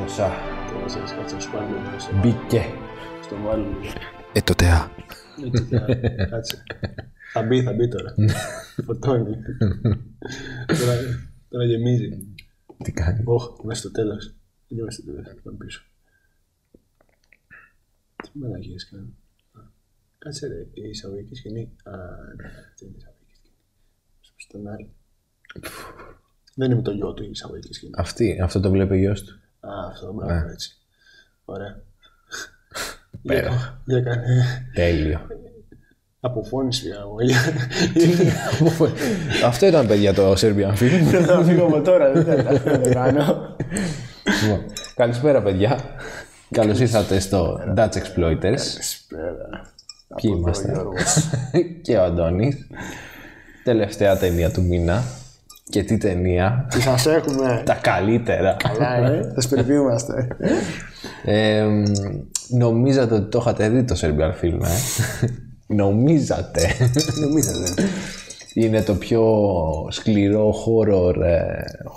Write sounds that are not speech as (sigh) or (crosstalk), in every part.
Μεσά. Τώρα σε κάτσε να σου πάρει λίγο στο Μπήκε. Στο βάλω λίγο. Ε, τότε α. Έτσι θα- Κάτσε. Θα μπει, θα μπει τώρα. Φορτώνει. Τώρα- Τώρα γεμίζει. Τι κάνει. Ωχ, μέσα στο τέλος. Δεν είμαστε στο τέλος. Πάμε πίσω. Τι μαλαγίε κάνω. Α, Κάτσε ρε, η εισαγωγική σκηνή. Α, ναι, αυτή είναι η εισαγωγική σκηνή. Στον άλλη. Δεν είναι με το γιο του η εισαγωγική σκηνή. Αυτή, αυτό το βλέπει ο γιος του. Α, αυτό, μπράβο, έτσι. Ωραία. Για Πέρα. κα- Για κάνε Τέλειο. (laughs) αποφώνηση για αγωγή. αυτό ήταν παιδιά το Serbian Film. Θα φύγω από τώρα, δεν θα τα κάνω. Λοιπόν, Καλησπέρα παιδιά. Καλώς ήρθατε στο Dutch Exploiters. Σπέρα. Ποιοι είμαστε. (laughs) και ο Αντώνης. Τελευταία ταινία του μήνα. Και τι ταινία. Τι σας έχουμε. Τα καλύτερα. Καλά, ε. Θα σπερβιούμαστε. Ε, μ, νομίζατε ότι το είχατε δει το Serbian Film, (laughs) ε. νομίζατε. Νομίζατε. Είναι το πιο σκληρό horror. Ε,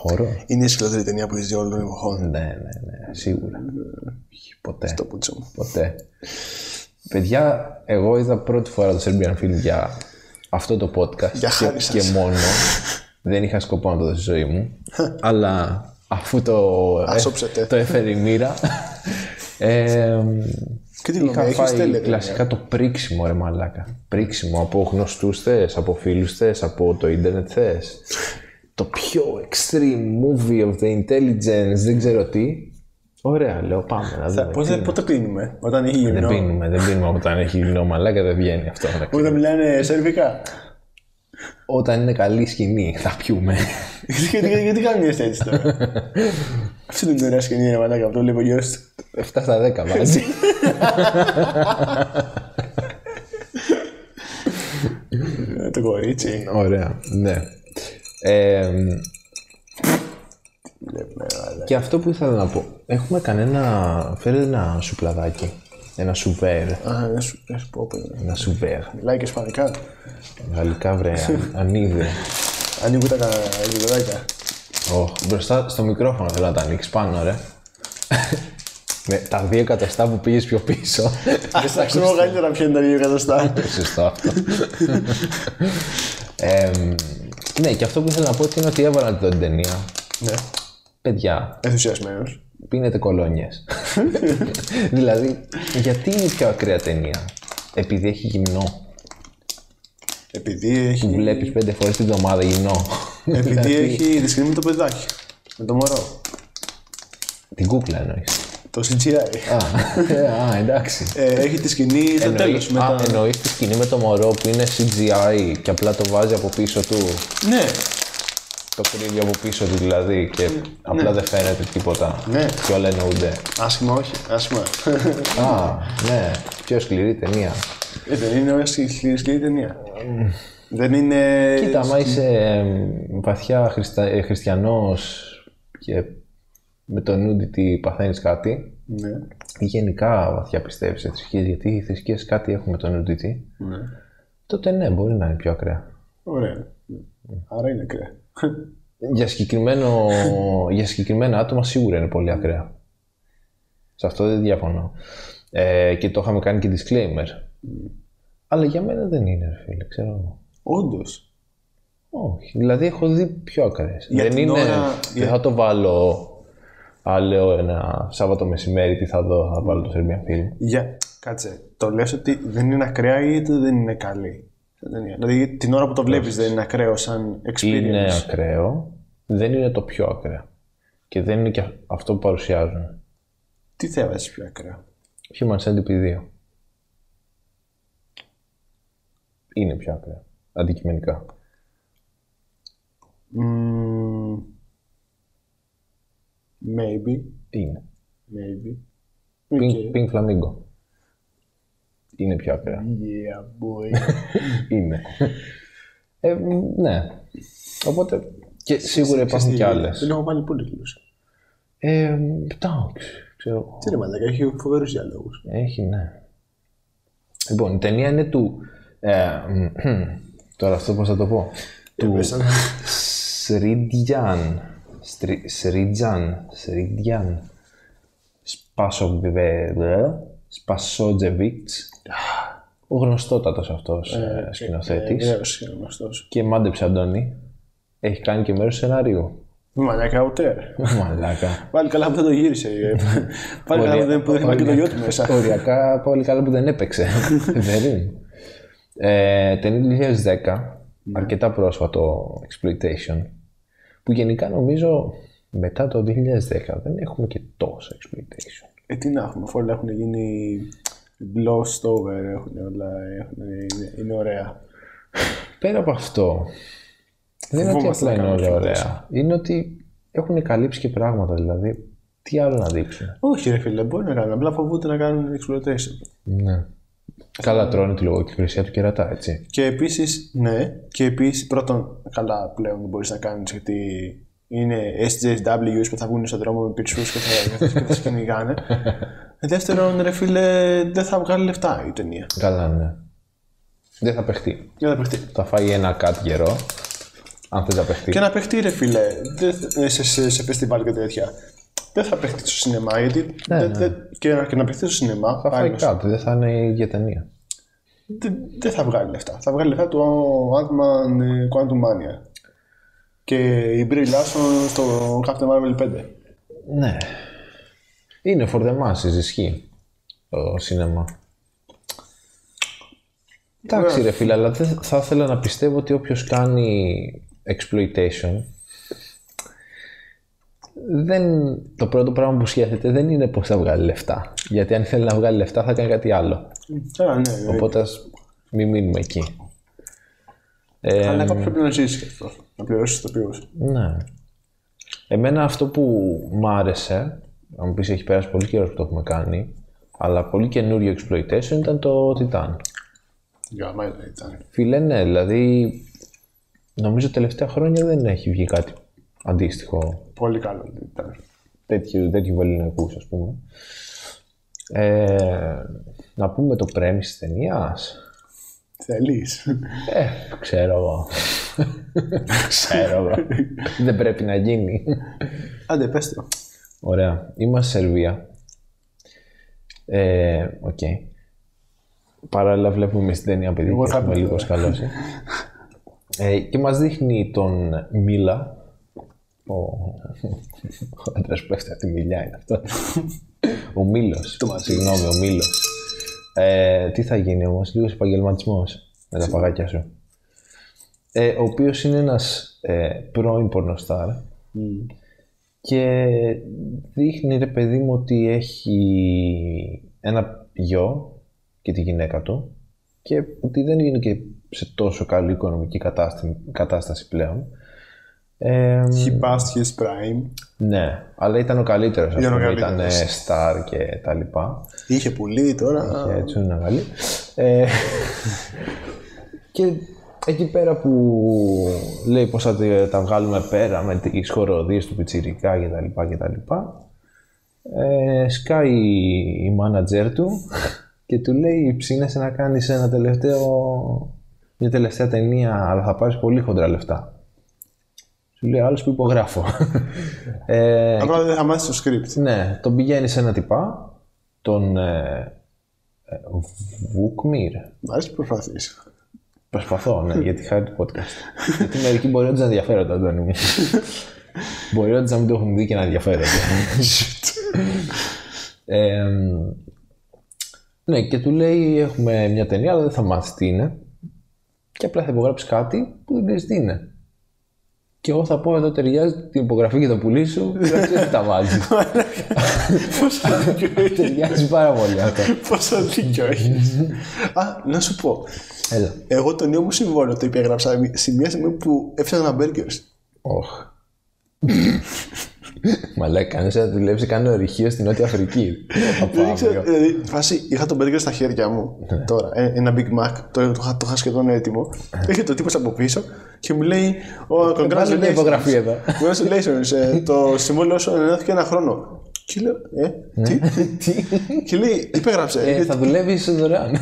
horror? Είναι η σκληρότερη ταινία που έχεις δει όλων των εποχών. Ναι, ναι, ναι, σίγουρα. Ποτέ. Το πουτσο μου. Ποτέ. Παιδιά, εγώ είδα πρώτη φορά το Serbian Film για αυτό το podcast Για και, χάρη σας. και (laughs) μόνο. Δεν είχα σκοπό να το δω στη ζωή μου. αλλά αφού το, Ασόψετε. το έφερε η (laughs) μοίρα. ε, Και τι είχα γνώμη έχεις, φάει τέλεια ταινία. κλασικά το πρίξιμο ρε μαλάκα. Πρίξιμο από γνωστούς θες, από φίλους θες, από το ίντερνετ θες. το πιο extreme movie of the intelligence, δεν ξέρω τι. Ωραία, λέω πάμε να δούμε. Πώς δεν- Πότε πίνουμε, όταν έχει Δεν γυμνό. πίνουμε, δεν πίνουμε όταν έχει γυμνό μαλάκα, δεν βγαίνει αυτό. ρε. Όταν μιλάνε σερβικά. Όταν είναι καλή σκηνή θα πιούμε. Γιατί- γιατί- Γιατί κάνουν μια έτσι τώρα. Αυτή είναι την ωραία σκηνή, ρε μαλάκα, αυτό λέει ο γιος του. 7 στα 10 βάζει. Ε, Το κορίτσι. Ωραία, ναι. Ε, Βλέπουμε, αλλά. και αυτό που ήθελα να πω. Έχουμε κανένα... Φέρε ένα σουπλαδάκι. Ένα σουβέρ. Α, να σου- να σου πω, πω, Ένα σουβέρ. Μιλάει και σπανικά. Γαλλικά βρε, (laughs) ανίδε. Ανοίγουν τα γλυκοδάκια. Ωχ, μπροστά στο μικρόφωνο θέλω να τα ανοίξεις πάνω, ρε. Με τα δύο εκατοστά που πήγες πιο πίσω. Ας τα ξέρω καλύτερα ποια είναι τα δύο καταστά. Σωστό αυτό. ε, ναι, και αυτό που ήθελα να πω είναι ότι έβαλα την ταινία. Ναι, Παιδιά, ενθουσιασμένος. πίνετε κολόνιες. (laughs) δηλαδή, γιατί είναι η πιο ακραία ταινία. Επειδή έχει γυμνό. Επειδή έχει... Βλέπεις πέντε φορές την εβδομάδα γυμνό. (laughs) Δηλαδή, Επειδή έχει τη σκηνή με το παιδάκι. Με το μωρό. την κούκλα εννοείς. Το CGI. α, ε, α, (laughs) εντάξει. Ε, έχει τη σκηνή στο Εννοεί τέλος. Μετά... τη σκηνή με το μωρό που είναι CGI και απλά το βάζει από πίσω του. Ναι, Το κρύβει από πίσω του δηλαδή και απλά δεν φαίνεται τίποτα. Ναι. Και όλα εννοούνται. άσχημα, όχι. Άσχημα. (laughs) Α, ναι. Πιο σκληρή ταινία. ε, δεν είναι ωραία σκληρή, σκληρή ταινία. δεν είναι. Κοίτα, άμα είσαι εμ, βαθιά χριστα... ε, χριστιανός και με το nudity παθαίνεις κάτι Ναι. ή γενικά βαθιά πιστεύεις σε θρησκείες, γιατί οι θρησκείες κάτι έχουν με το nudity, ναι. τότε ναι, μπορεί να είναι πιο ακραία. Ωραία. Ναι. Άρα είναι κρέα. (laughs) Για, συγκεκριμένο, για συγκεκριμένα άτομα σίγουρα είναι πολύ ακραία. Σε αυτό δεν διαφωνώ. Ε, και το είχαμε κάνει και disclaimer. Αλλά για μένα δεν είναι, ρε φίλε, ξέρω εγώ. Όντως. Όχι. Δηλαδή έχω δει πιο ακραίες. Για δεν την είναι. ώρα- Δεν θα το βάλω. Α, λέω ένα Σάββατο μεσημέρι τι θα δω, θα βάλω το Serbian Film. Για... Κάτσε. Το λες ότι δεν είναι ακραία ή ότι δεν είναι καλή. σαν ταινία. Δηλαδή την ώρα που το βλέπεις δεν είναι ακραίο σαν experience. Είναι ακραίο. Δεν είναι το πιο ακραίο. Και δεν είναι και αυτό που παρουσιάζουν. Τι θα έβαζε πιο ακραίο. Human Centipede 2. Είναι πιο ακραίο. Αντικειμενικά. Μμμ. Maybe. Είναι. Maybe. Pink, Pink Flamingo. Είναι πιο ακραίο. Yeah, boy. Είναι. Ε, μ, ναι. Οπότε. Και σίγουρα υπάρχουν και άλλες. Δεν έχω βάλει πολύ κιλού. Ε, μ, εντάξει. Ξέρω. εγώ. Τι ρε μαλάκα, έχει φοβερούς διαλόγους. Έχει, ναι. Λοιπόν, η ταινία είναι του. Ε, μ, τώρα αυτό πώς θα το πω. Του πες, αλλά. Σριντιάν. Στρι- Σριτζάν. Σριντιάν. Σπάσοβε- Σπασότζεβιτς, ο γνωστότατος αυτός ε, σκηνοθέτης. Ωραίο γνωστός. Και μάντεψε Αντώνη, έχει κάνει και μέρος σενάριου. Μαλακά ούτε. ρε. Μαλάκα. Πάλι καλά που δεν το γύρισε. ε. Πάλι καλά που δεν- που δεν είπα και το γιο του μέσα. Οριακά πολύ καλά που δεν (laughs) έπαιξε. δεν είναι. Ε, ταινία του 2010, Ναι. αρκετά πρόσφατο exploitation, που γενικά νομίζω μετά το 2010 δεν έχουμε και τόσο exploitation. Ε, τι να έχουμε, αφού όλα έχουν γίνει glossed over, έχουν όλα, έχουν, είναι, είναι ωραία. Πέρα από αυτό, δεν είναι ότι Φοβόμαστε απλά να είναι όλα κάνουμε ωραία. Είναι ότι έχουν καλύψει και πράγματα, δηλαδή τι άλλο να δείξουν. Όχι ρε φίλε, μπορεί να κάνουν, απλά φοβούνται να κάνουν exploitation. Ναι. Καλά τρώνε τη λογοκυκλωσία του κερατά, έτσι. Και επίσης, ναι, και επίσης πρώτον, καλά πλέον δεν μπορείς να κάνεις γιατί είναι SJWs που θα βγουν στον δρόμο με πίτσους και θα, και θα, και θα σε κυνηγάνε. Ε, Δεύτερον, ρε φίλε, δεν θα βγάλει λεφτά η ταινία. Καλά, ναι. Δεν θα παιχτεί. Και θα παιχτεί. Θα φάει ένα κάτ γερό, αν θες να παιχτεί. Και να παιχτεί, ρε φίλε, δεν θα- ε, σε, σε, σε φεστιβάλ και τέτοια. Δεν θα παιχτεί στο σινεμά, γιατί. δεν- δεν- και, να, και να παιχτεί στο σινεμά, θα φάει πάλι κάτ, δεν θα είναι η ίδια ταινία. δεν δεν θα βγάλει λεφτά. Θα βγάλει λεφτά το Ant-Man ε, Quantum Mania. Και η Brie Larson στο Captain Marvel 5. Ναι. Είναι for the masses, ισχύει το σινεμά. Εντάξει ρε φίλε, αλλά δεν θα ήθελα να πιστεύω ότι όποιος κάνει exploitation δεν, το πρώτο πράγμα που σκέφτεται δεν είναι πως θα βγάλει λεφτά. Γιατί αν θέλει να βγάλει λεφτά θα κάνει κάτι άλλο. Α, ναι, ναι. Οπότε ας μην μείνουμε εκεί. Ε, Αλλά κάπου πρέπει να ζήσει και αυτό. Να πληρώσει το ποιό. Ναι. Εμένα αυτό που μ' άρεσε, να μου πεις έχει περάσει πολύ καιρός που το έχουμε κάνει, αλλά πολύ καινούριο exploitation ήταν το Titan. Για μένα ήταν. Φίλε, ναι, δηλαδή νομίζω τελευταία χρόνια δεν έχει βγει κάτι αντίστοιχο Πολύ καλό ήταν. τέτοιου, τέτοιου βεληνικούς, ας πούμε. Ε, να πούμε το premise της ταινίας. Θέλεις. Ε, ξέρω εγώ. (laughs) ξέρω εγώ. δεν πρέπει να γίνει. (laughs) Άντε, πες το. Ωραία. Είμαστε στη Σερβία. Ε, οκ. Παράλληλα βλέπουμε εμείς την ταινία, παιδί, Εγώ και θα έχουμε πω λίγο τώρα. σκαλώσει. Ε, και μας δείχνει τον Μίλα. Ο, ο άντρας που έφτασε τη μιλιά είναι αυτό. ο Μίλος. Συγγνώμη, ο Μίλος. Ε, τι θα γίνει όμως, λίγος επαγγελματισμός με τα παγάκια σου. Ε, ο οποίος είναι ένας ε, πρώην πορνοστάρ και δείχνει ρε παιδί μου ότι έχει ένα γιο και τη γυναίκα του και ότι δεν είναι και σε τόσο καλή οικονομική κατάσταση, κατάσταση πλέον. Ε, He passed his prime. ναι, αλλά ήταν ο καλύτερος, ας Ήταν ο πούμε, ήταν καλύτερος. star και τα λοιπά. Είχε πουλί τώρα. Και έτσι είναι μεγάλη. Ε, και εκεί πέρα που λέει πως θα τη- τα βγάλουμε πέρα με τις χοροδίες του Πιτσιρικά και τα λοιπά και τα λοιπά ε, σκάει η μάνατζέρ του και του λέει ψήνεσαι να κάνεις ένα τελευταίο μια τελευταία ταινία αλλά θα πάρεις πολύ χοντρά λεφτά. Σου λέει άλλος που υπογράφω. ε, Απλά δεν θα μάθει το script. ναι, τον πηγαίνει σε ένα τυπά, τον ε, ε, Βουκμίρ. Μ' αρέσει που προσπαθείς. Προσπαθώ, ναι, γιατί χάρη του podcast. γιατί μερικοί μπορεί όντως να ενδιαφέρονται, Αντώνη μου. μπορεί όντως να μην το έχουν δει και να ενδιαφέρονται. Ε, μ, ναι, και του λέει: Έχουμε μια ταινία, αλλά δεν θα μάθεις τι είναι. Και απλά θα υπογράψεις κάτι που δεν ξέρεις τι είναι. Και εγώ θα πω: Εδώ ταιριάζει την υπογραφή και το πουλί σου. Δεν ξέρω τι τα βάζεις. (laughs) Πόσα δίκιο έχεις. ταιριάζει πάρα πολύ αυτό. Πόσα δίκιο έχεις. Α, να σου πω. Έλα. Εγώ τον νέο μου συμβόλαιο το υπέγραψα σε μια στιγμή που έφτιαχνα μπέργκερ. Οχ. Μαλάκα, κανείς θα δουλέψει κάνει ορυχείο στην Νότια Αφρική. Από (laughs) Δεν ήξερα. αύριο. Δηλαδή, φάση, είχα τον μπέργκερ στα χέρια μου Ναι. τώρα. ε, Ένα Big Mac. Το, το, είχα- το είχα σχεδόν έτοιμο. Ε. Είχε το τύπος από πίσω και μου λέει: Ω, Βάλε Ε, μια congratulations. υπογραφή εδώ. Congratulations. ε, Το συμβόλαιο σου ανανεώθηκε ένα χρόνο. Και λέω, ε, τι, τι. Και λέει, υπέγραψε. Ναι. Ε, Ε, θα δουλεύει δωρεάν.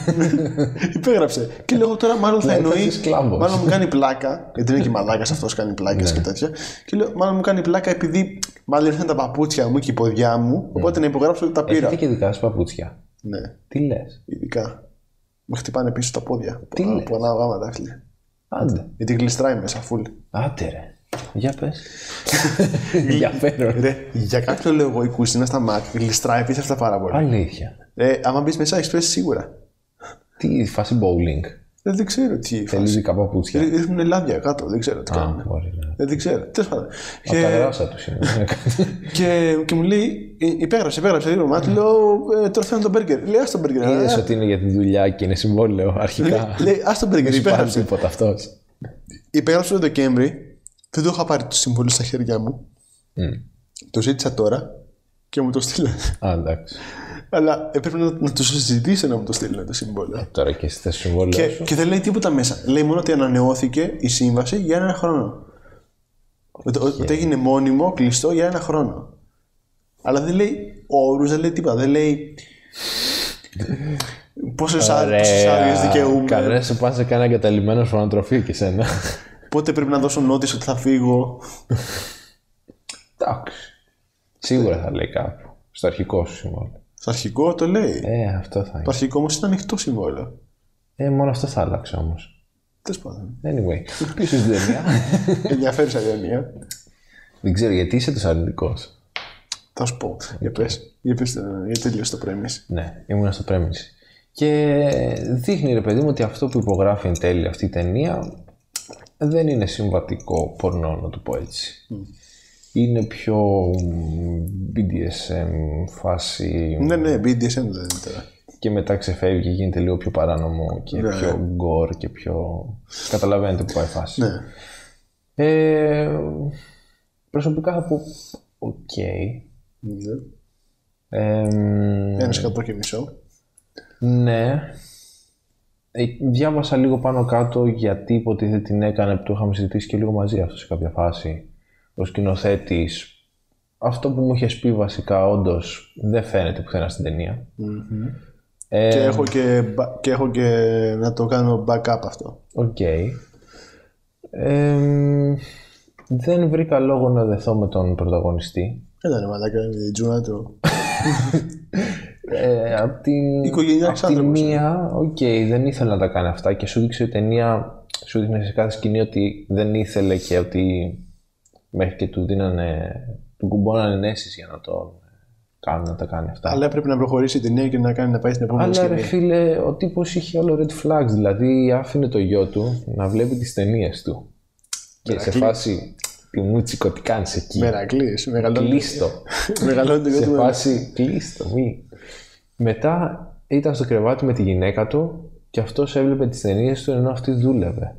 Υπέγραψε. Και λέω τώρα, μάλλον θα Δηλαδή, θα εννοεί. είσαι σκλάβος. Μάλλον μου κάνει πλάκα. Γιατί είναι και μαλάκας αυτός, κάνει πλάκες Ναι. και τέτοια. Και λέω, μάλλον μου κάνει πλάκα επειδή μάλλον ήρθαν τα παπούτσια μου και η ποδιά Ναι. μου. Οπότε να υπογράψω ότι τα πήρα. Έχετε και δικά σας παπούτσια. Ναι, Τι λες. ειδικά. Μου χτυπάνε πίσω τα πόδια. Τι Πολλά- λες? Πολλά γάμα δάχτυλα. Άντε. Γιατί γλιστράει μέσα, φουλ. Άντε ρε. Για πες. (laughs) Για φέρω. Ρε, για κάποιο λόγο εγώ η κουζίνα στα Mac γλιστράει πίσω αυτά πάρα πολύ. Αλήθεια. Ε, άμα μπεις μέσα, έχεις πέσει σίγουρα. Τι η φάση bowling. Ε, Δεν ξέρω τι. Ε, Θέλει δικά παπούτσια. Έχουν λάδια κάτω, δεν ξέρω τι Α, κάνουν. μπορεί να. Ε, Δεν ξέρω. Τέλος πάντων. Από τα Και- γράσα τους (laughs) είναι. Και, και μου λέει, «Ε, υπέγραψε, υπέγραψε λίγο. Του λέω, «Ε, τώρα θέλω το μπέργκερ. Λέει, ας το μπέργκερ. «Ε, Είδε ότι είναι για τη δουλειά και είναι συμβόλαιο αρχικά. Λέει, ας το μπέργκερ. Δεν υπάρχει Υπέγραψε. τίποτα αυτός. Υπέγραψε το Δεκέμβρη. Δεν το είχα πάρει το συμβόλαιο στα χέρια μου. Το ζήτησα τώρα και μου το στείλανε. Α, εντάξει. Αλλά έπρεπε να, να του συζητήσω να μου το στείλουν το συμβόλαιο. Τώρα και στη θέση συμβόλαιο Και, σου. και δεν λέει τίποτα μέσα. Λέει μόνο ότι ανανεώθηκε η σύμβαση για ένα χρόνο. Ότι, ότι έγινε μόνιμο, κλειστό για ένα χρόνο. Αλλά δεν λέει όρους, δεν λέει τίποτα. Δεν λέει. Πόσες άδειε δικαιούμαι. Κανένα σου πας σε κανένα εγκαταλειμμένο φωνοτροφείο και σένα. Πότε πρέπει να δώσω νότηση ότι θα φύγω. Εντάξει. Σίγουρα θα λέει κάπου. Στο αρχικό σου συμβόλαιο. Στο αρχικό το λέει. Ε, αυτό θα Το είναι. αρχικό όμως ήταν ανοιχτό συμβόλαιο. Ε, μόνο αυτό θα άλλαξε όμως. Τέλος (laughs) πάντων. Anyway, πίσω στην ταινία. Ενδιαφέρουσα ιδέα. Δεν ξέρω γιατί είσαι τόσο αρνητικός. Θα σου πω. Για πες. Για πες, ε, για τελείωσε το premise. Ναι, ήμουν στο πρέμιση. Και δείχνει ρε παιδί μου ότι αυτό που υπογράφει εν τέλει αυτή η ταινία δεν είναι συμβατικό πορνό, να το πω έτσι. Είναι πιο μ, BDSM φάση Ναι, ναι, BDSM δεν είναι τώρα. και μετά ξεφεύγει και γίνεται λίγο πιο παράνομο και Ναι. πιο γκορ και πιο... Καταλαβαίνετε που πάει η φάση. Ναι. Ε, προσωπικά θα πω οκ. Ναι. Ε, μ, Ένα εκατό και μισό. Ναι. Ε, διάβασα λίγο πάνω κάτω γιατί υποτίθεται την έκανε που το είχαμε συζητήσει και λίγο μαζί αυτό σε κάποια φάση. Ο σκηνοθέτης. Αυτό που μου είχες πει βασικά, όντως δεν φαίνεται πουθενά στην ταινία. Ε, Και έχω και, μπα- και έχω και να το κάνω backup αυτό. Οκ. Ε, δεν βρήκα λόγο να δεθώ με τον πρωταγωνιστή. Έλα ρε μαλάκα, η τζούνα του. Ε, απ' την, Οικογενειακός απ' της άνθρωπος. μία, οκ, δεν ήθελε να τα κάνει αυτά και σου δείξε η ταινία, σου δείχνει σε κάθε σκηνή ότι δεν ήθελε και ότι μέχρι και του δίνανε, του κουμπώνανε ενέσεις για να το κάνουν να τα κάνει αυτά. Αλλά έπρεπε να προχωρήσει η ταινία και να κάνει να πάει στην επόμενη Αλλά ρε σκηνή. φίλε, ο τύπος είχε όλο red flags, δηλαδή άφηνε το γιο του να βλέπει τις ταινίες του. Και σε φάση, τι μου τι κάνεις εκεί, Μερακλής, μεγαλώνει κλείστο. μεγαλώνει το γιο σε του. φάση κλείστο, μη. Μετά ήταν στο κρεβάτι με τη γυναίκα του και αυτός έβλεπε τις ταινίες του ενώ αυτή δούλευε.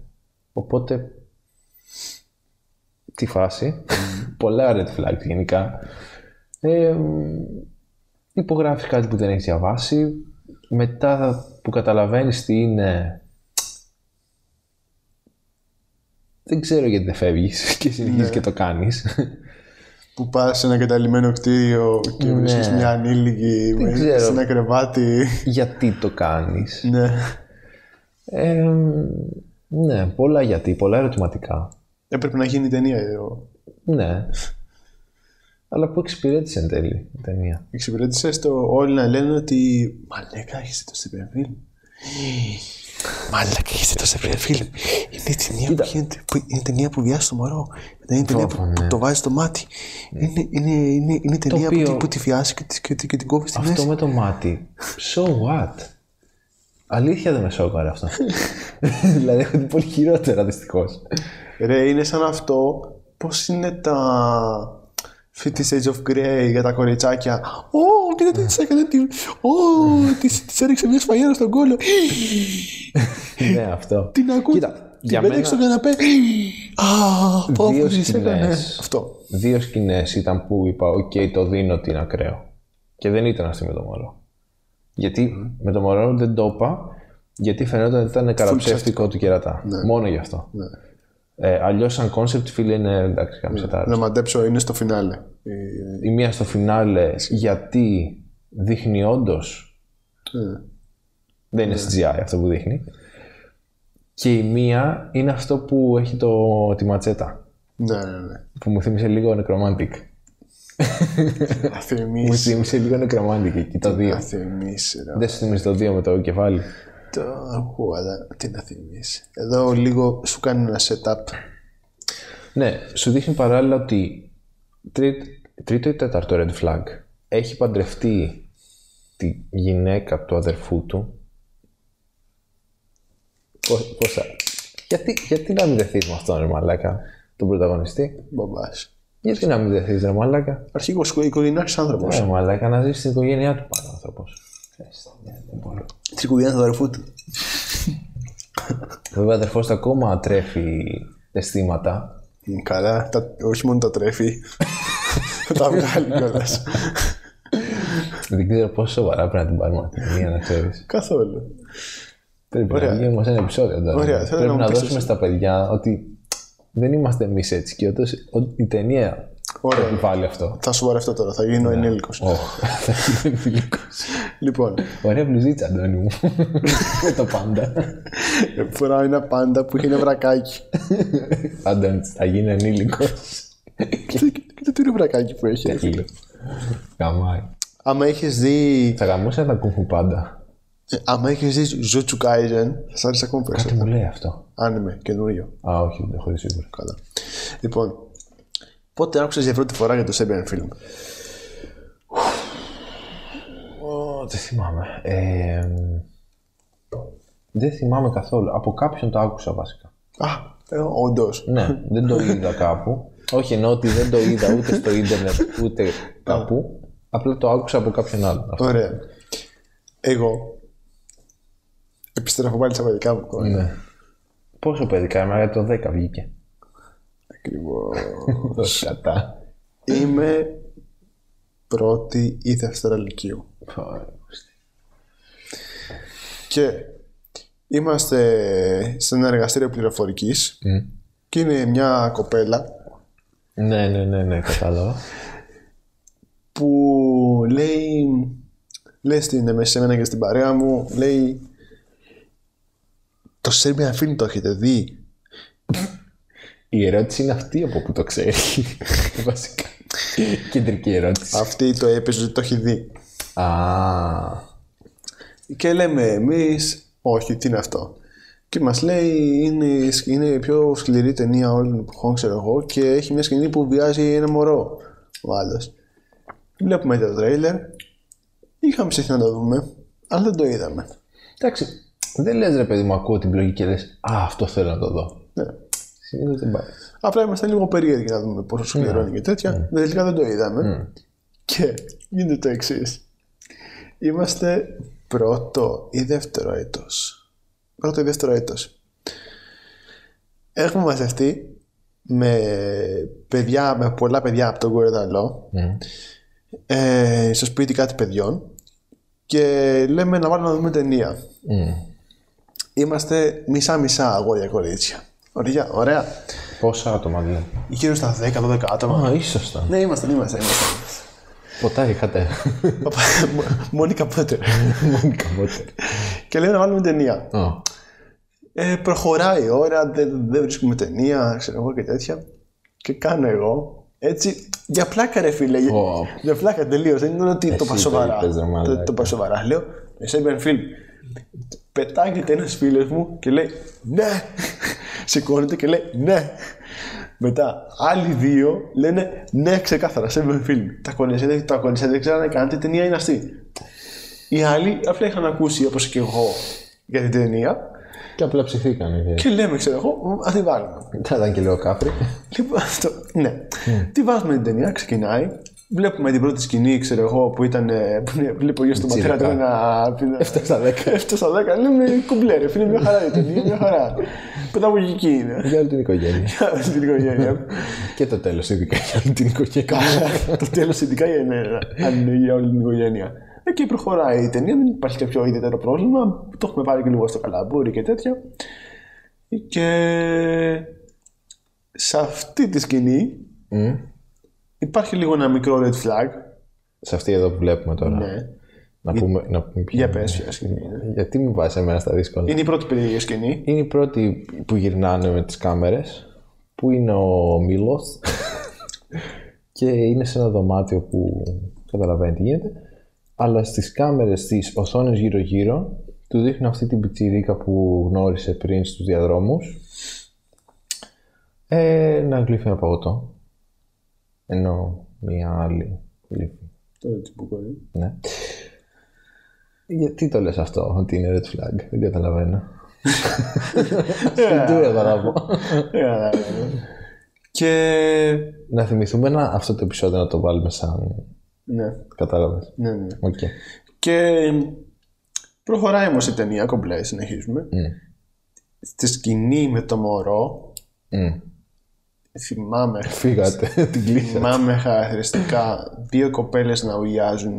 Οπότε. Τι φάση. Πολλά red flag γενικά. Ε, μ, υπογράφεις κάτι που δεν έχεις διαβάσει. Μετά που καταλαβαίνεις τι είναι. Δεν ξέρω γιατί δεν φεύγεις (laughs) και συνεχίζεις και το κάνεις. Που πας σε ένα καταλημμένο κτίριο και βρίσκεις μια ανήλικη με- Ναι. ξέρω. σε ένα κρεβάτι. γιατί το κάνεις. Ναι. Ε, ναι, πολλά γιατί, πολλά ερωτηματικά. Έπρεπε να γίνει η ταινία ε, εδώ. Ναι. Αλλά που εξυπηρέτησε εν τέλει η ταινία. Εξυπηρέτησε στο όλοι να λένε ότι Μαλάκα, έχεις δει το Stephen Film. Μαλάκα, έχεις δει το Stephen Film. Είναι η ταινία που, γίνεται, που, είναι η ταινία που βιάζει το μωρό. Είναι η ταινία που, που το βάζει στο μάτι. Είναι, είναι, είναι, είναι η ταινία που, οποίο- τη- που τη βιάζει και, τη- και, τη- και την κόβεις στη Αυτό μέση. με το μάτι. So what? Αλήθεια δεν με σόκαρε αυτό. δηλαδή έχω δει πολύ χειρότερα δυστυχώς. Ρε, είναι σαν αυτό. Πώς είναι τα... 50 Shades of Grey για τα κοριτσάκια. Ω, κοίτα τι της έκανε. τη- Ω, της της έριξε μια σφαγιά στον κόλλο. ναι, αυτό. Την ακούω. Κοίτα, την για πέταξε μένα- στο καναπέ. Α, πω, Δύο πω, της σκηνές. έκανε. Αυτό. Δύο σκηνές ήταν που είπα: Οκ, το δίνω ότι είναι ακραίο. Και δεν ήταν αυτή με το μωρό. Γιατί με το μωρό δεν το είπα, γιατί φαινόταν ότι ήταν καραψεύτικο του κερατά. Μόνο γι' αυτό. Ε, Αλλιώς, σαν κόνσεπτ, φίλε, είναι εντάξει, κάμισα τα Να μαντέψω, είναι στο φινάλε. Ε, Η μία στο φινάλε γιατί δείχνει όντως. ε, Δεν είναι CGI αυτό που δείχνει. Και η μία είναι αυτό που έχει το, τη ματσέτα. ναι, ναι, ναι. Που μου θύμισε λίγο Necromantic. Μου Αθυμίσαι. θύμισε λίγο Necromantic εκεί τα δύο. Αθυμίσαι, ρε. Δεν σου θύμισε το δύο με το κεφάλι. Το ακούω, αλλά τι να θυμίσει. Εδώ λίγο σου κάνει ένα setup. Ναι, σου δείχνει παράλληλα ότι τρίτ, τρίτο ή τέταρτο red flag έχει παντρευτεί τη γυναίκα του αδερφού του. Πώς, πώς θα- Γιατί, γιατί να μην δεθείς με αυτόν, ρε μαλάκα, τον πρωταγωνιστή. Μπαμπάς. Γιατί να μην δεθείς, ρε μαλάκα. Αρχηγός οικογενειακό άνθρωπος. Ρε μαλάκα, να ζεις στην οικογένειά του πάνω άνθρωπος. Τη οικογένεια του αδερφού του. Βέβαια, ο αδερφός του ακόμα τρέφει αισθήματα. Μ, Καλά, τα, όχι μόνο τα (laughs) τρέφει. τα βγάλει κιόλας. Δεν ξέρω πόσο σοβαρά πρέπει να την πάρουμε αυτή την ταινία, να ξέρεις. Καθόλου. Πρέπει να βγει όμως ένα επεισόδιο τώρα. Ωραία, θέλω να Πρέπει μου να, πεις δώσουμε στα παιδιά ότι δεν είμαστε εμείς έτσι. Και όντως ο- η ταινία Ωραία. το επιβάλλει αυτό. Θα σου βαρευτώ τώρα, θα γίνω Ναι. ενήλικος. Ωχ, θα είναι φιλικός. Λοιπόν, Ωραία μπλουζίτσα, Αντώνη μου. Και το πάντα. φοράω ένα πάντα που έχει ένα βρακάκι. Αντώνη, θα γίνει ενήλικος. Κοίτα- κοίτα- Κοίτα τι ωραίο βρακάκι που έχεις. ρε φίλε. Καμάει. Άμα έχεις δει. Θα γαμούσα να κουμπού πάντα. ε, Άμα έχεις δει Ζούτσου Κάιζεν, θα σ' άρεσε ακόμα Τι περισσότερο. μου λέει αυτό. Άνιμε, καινούριο. Α, όχι, δεν έχω δει σίγουρα. Καλά. Λοιπόν, πότε άκουσες για πρώτη φορά για το Serbian Film. Ω, Δεν θυμάμαι. Ε, Δεν θυμάμαι καθόλου. Από κάποιον το άκουσα βασικά. Α, ε, όντως. Ναι, δεν το είδα κάπου. Όχι εννοώ ότι δεν το είδα ούτε στο ίντερνετ ούτε κάπου. Απλά το άκουσα από κάποιον άλλον. Αυτό. Ωραία. Εγώ. Επιστρέφω πάλι στα παιδικά μου χρόνια. Ναι. Πόσο παιδικά είμαι, γιατί το 10 βγήκε. Ακριβώς. Κατά. Είμαι πρώτη ή δεύτερα λυκείου. Και είμαστε σε ένα εργαστήριο πληροφορικής και είναι μια κοπέλα Ναι, ναι, ναι, ναι, κατάλαβα. που λέει, λέει στην, σε μένα και στην παρέα μου, λέει το Serbian Film το έχετε δει. Η ερώτηση είναι αυτή από που το ξέρει. (laughs) Βασικά. Κεντρική ερώτηση. Αυτή το έπαιζε ότι το έχει δει. Α. Και λέμε εμείς, όχι, τι είναι αυτό. Και μας λέει, είναι, η σκ- είναι η πιο σκληρή ταινία όλων των εποχών, ξέρω εγώ, και έχει μια σκηνή που βιάζει ένα μωρό, ο άλλος. Βλέπουμε το τρέιλερ, είχαμε ψηθεί να το δούμε, αλλά δεν το είδαμε. Εντάξει, δεν λες ρε παιδί μου, ακούω την πλοκή και λες Α, αυτό θέλω να το δω. Ναι. Συνήθως δεν πάει. Απλά ήμασταν λίγο περίεργοι να δούμε πόσο σκληρό είναι και τέτοια. Mm. Τελικά δεν το είδαμε. Και γίνεται το εξής. Είμαστε πρώτο ή δεύτερο έτος. Πρώτο ή δεύτερο έτος. Έχουμε μαζευτεί με παιδιά, με πολλά παιδιά από τον Κορυδαλό ε, στο σπίτι κάτι παιδιών και λέμε να βάλουμε να δούμε ταινία. Μμμ. Είμαστε μισά-μισά αγόρια κορίτσια. Ωραία, ωραία. Πόσα άτομα δηλαδή. Γύρω στα 10-12 άτομα. Α, ήσασταν. Ναι, ήμασταν, ήμασταν. ήμασταν. Ποτά είχατε. Παπα- Μο- Μόνικα Πότερ. Μόνικα Πότερ. και λέει να βάλουμε ταινία. Ε, προχωράει η ώρα, δεν, δεν βρίσκουμε ταινία, ξέρω εγώ και τέτοια. Και κάνω εγώ. Έτσι, για πλάκα ρε φίλε. για- Ω. Για πλάκα τελείως. Δεν είναι ότι το το πασοβαρά. είπες, ρε μαλάκα. Το, το πασοβαρά. Λέω, Σέμπερν Φιλμ. Πετάγεται ένας φίλος μου και λέει Ναι! (laughs) Σηκώνεται και λέει Ναι! Μετά άλλοι δύο λένε Ναι, ξεκάθαρα, Σέμπερν Φιλμ. Τα κονισέ, τα κονισέ, δεν ξέρανε καν τι ταινία είναι αυτή. Οι άλλοι απλά είχαν ακούσει όπως και εγώ για την ταινία Και απλά δηλαδή. ψηθήκανε. και λέμε, ξέρω εγώ, α τη βάλουμε. Θα ήταν και λίγο κάπρι. Λοιπόν, αυτό, ναι. Τι βάζουμε την ταινία, ξεκινάει. Βλέπουμε την πρώτη σκηνή, ξέρω εγώ, που ήταν. ε, που είναι- Βλέπει ο γιος του πατέρα του Τσίρικα. ένα. πι- 7 στα 10. 7 στα 10. Λέμε κουμπλέ, ρε φίλε, μια χαρά η ταινία, μια χαρά. Παιδαγωγική (laughs) είναι. Για όλη την οικογένεια. Στην οικογένεια. Και το τέλος, ειδικά για όλη την οικογένεια. Ναι. (laughs) Το τέλος ειδικά για εμένα, αν είναι για όλη την οικογένεια. Ε, Και προχωράει η ταινία, δεν υπάρχει κάποιο ιδιαίτερο πρόβλημα. Το έχουμε πάρει και λίγο στο καλαμπούρι και τέτοια. Και σε αυτή τη σκηνή υπάρχει λίγο ένα μικρό red flag. Σε αυτή εδώ που βλέπουμε τώρα. Ναι. Να πούμε, να πούμε ποια- Για πες ποια σκηνή είναι. Γιατί μου βάζει εμένα στα δύσκολα. Είναι η πρώτη περίεργη σκηνή. Είναι η πρώτη που γυρνάνε με τις κάμερες που είναι ο Μίλος (laughs) και είναι σε ένα δωμάτιο που καταλαβαίνει τι γίνεται αλλά στις κάμερες, στις οθόνες γύρω γύρω του δείχνουν αυτή την πιτσιρίκα που γνώρισε πριν στους διαδρόμους ε, να γλύφει ένα παγωτό ενώ μία άλλη γλύφει Τώρα τι που κολλεί. ναι. Γιατί το λες αυτό ότι είναι red flag, δεν καταλαβαίνω. Στην τούρα θα τα πω. Ε, Και. Να θυμηθούμε να, αυτό το επεισόδιο να το βάλουμε σαν. Ναι, Κατάλαβες. ναι, ναι. Οκ. Και προχωράει όμως η ταινία, κομπλέ, συνεχίζουμε. Μμ. Στη σκηνή με το μωρό, Μμ. θυμάμαι, Φύγατε, την κλείσα. θυμάμαι χαρακτηριστικά δύο κοπέλες να ουλιάζουν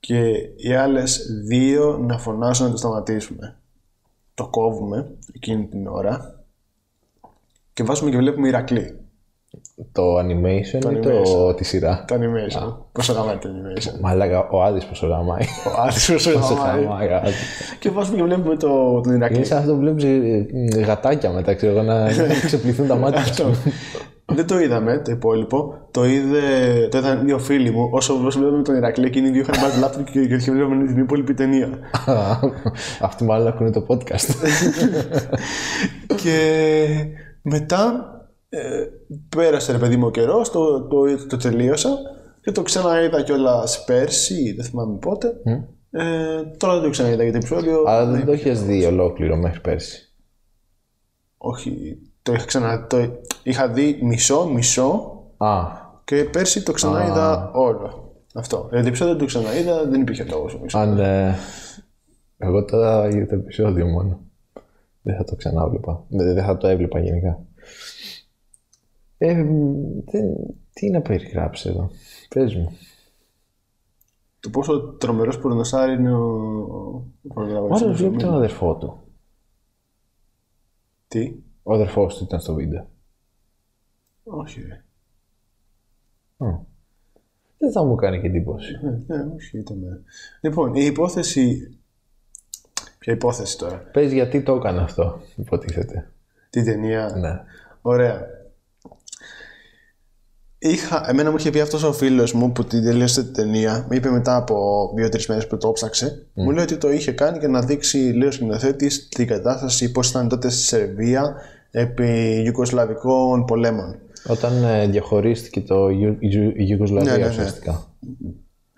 και οι άλλες δύο να φωνάζουν να το σταματήσουμε. Το κόβουμε εκείνη την ώρα και βάζουμε και βλέπουμε Ηρακλή. Το animation ή το... τη σειρά. Το animation. Πόσο γαμάει το animation. Μαλάκα, ο Άδης πόσο γαμάει. Ο Άδης πόσο Πόσο γαμάει. γαμάει, Άδης. Και βάζουμε και βλέπουμε το, τον Είναι Ηρακλή. σαν αυτό που βλέπεις γατάκια μετά, ξέρω εγώ, να να ξεπληθούν τα μάτια σου. Δεν το είδαμε το υπόλοιπο. Το είδε, το είδαν δύο φίλοι μου. Όσο, όσο βλέπαμε τον Ηρακλή, εκείνοι οι δύο είχαν πάρει το λάπτοπ και, και, και βλέπαμε την υπόλοιπη ταινία. Αυτοί μάλλον ακούνε το podcast. και μετά ε, πέρασε ρε παιδί μου ο καιρός, το, το, το τελείωσα και το ξαναείδα κιόλας πέρσι, ή δεν θυμάμαι πότε. Ε, τώρα δεν το ξαναείδα για το επεισόδιο. Αλλά δεν το έχει δει ολόκληρο μέχρι πέρσι. Όχι, το είχα, ξανα, το είχα δει μισό, μισό Α, Και πέρσι το ξαναείδα όλο. Αυτό. Εντυψέ δεν το ξαναείδα, δεν υπήρχε λόγος όμω. αν. ε, εγώ τώρα για το επεισόδιο μόνο. Δεν θα το ξανά βλέπα. Δεν δεν θα το έβλεπα γενικά. Ε, δεν, τι να περιγράψει εδώ. Πες μου. Το πόσο τρομερός πορνοσάρι είναι ο. ο Ο πορνογραφός. άλλος βλέπει τον αδερφό του. Τι. Ο αδερφός του ήταν στο βίντεο. Όχι, ρε. Δεν θα μου κάνει και εντύπωση. Ε, Ναι, όχι, ήταν. ε. Λοιπόν, η υπόθεση. Ποια υπόθεση τώρα. Πες γιατί το έκανε αυτό, υποτίθεται. Την ταινία. Ναι. Ωραία. Είχα, εμένα μου είχε πει αυτός ο φίλος μου που την τελείωσε την ταινία, μου είπε μετά από δύο-τρει μέρες που το ψάξε, μου λέει ότι το είχε κάνει για να δείξει λίγος σκηνοθέτης την κατάσταση πώς ήταν τότε στη Σερβία επί Ιουγκοσλαβικών πολέμων. Όταν ε, διαχωρίστηκε το Ιου- Ιου- η Ιουγκοσλαβία Ναι, ναι, ναι. ουσιαστικά.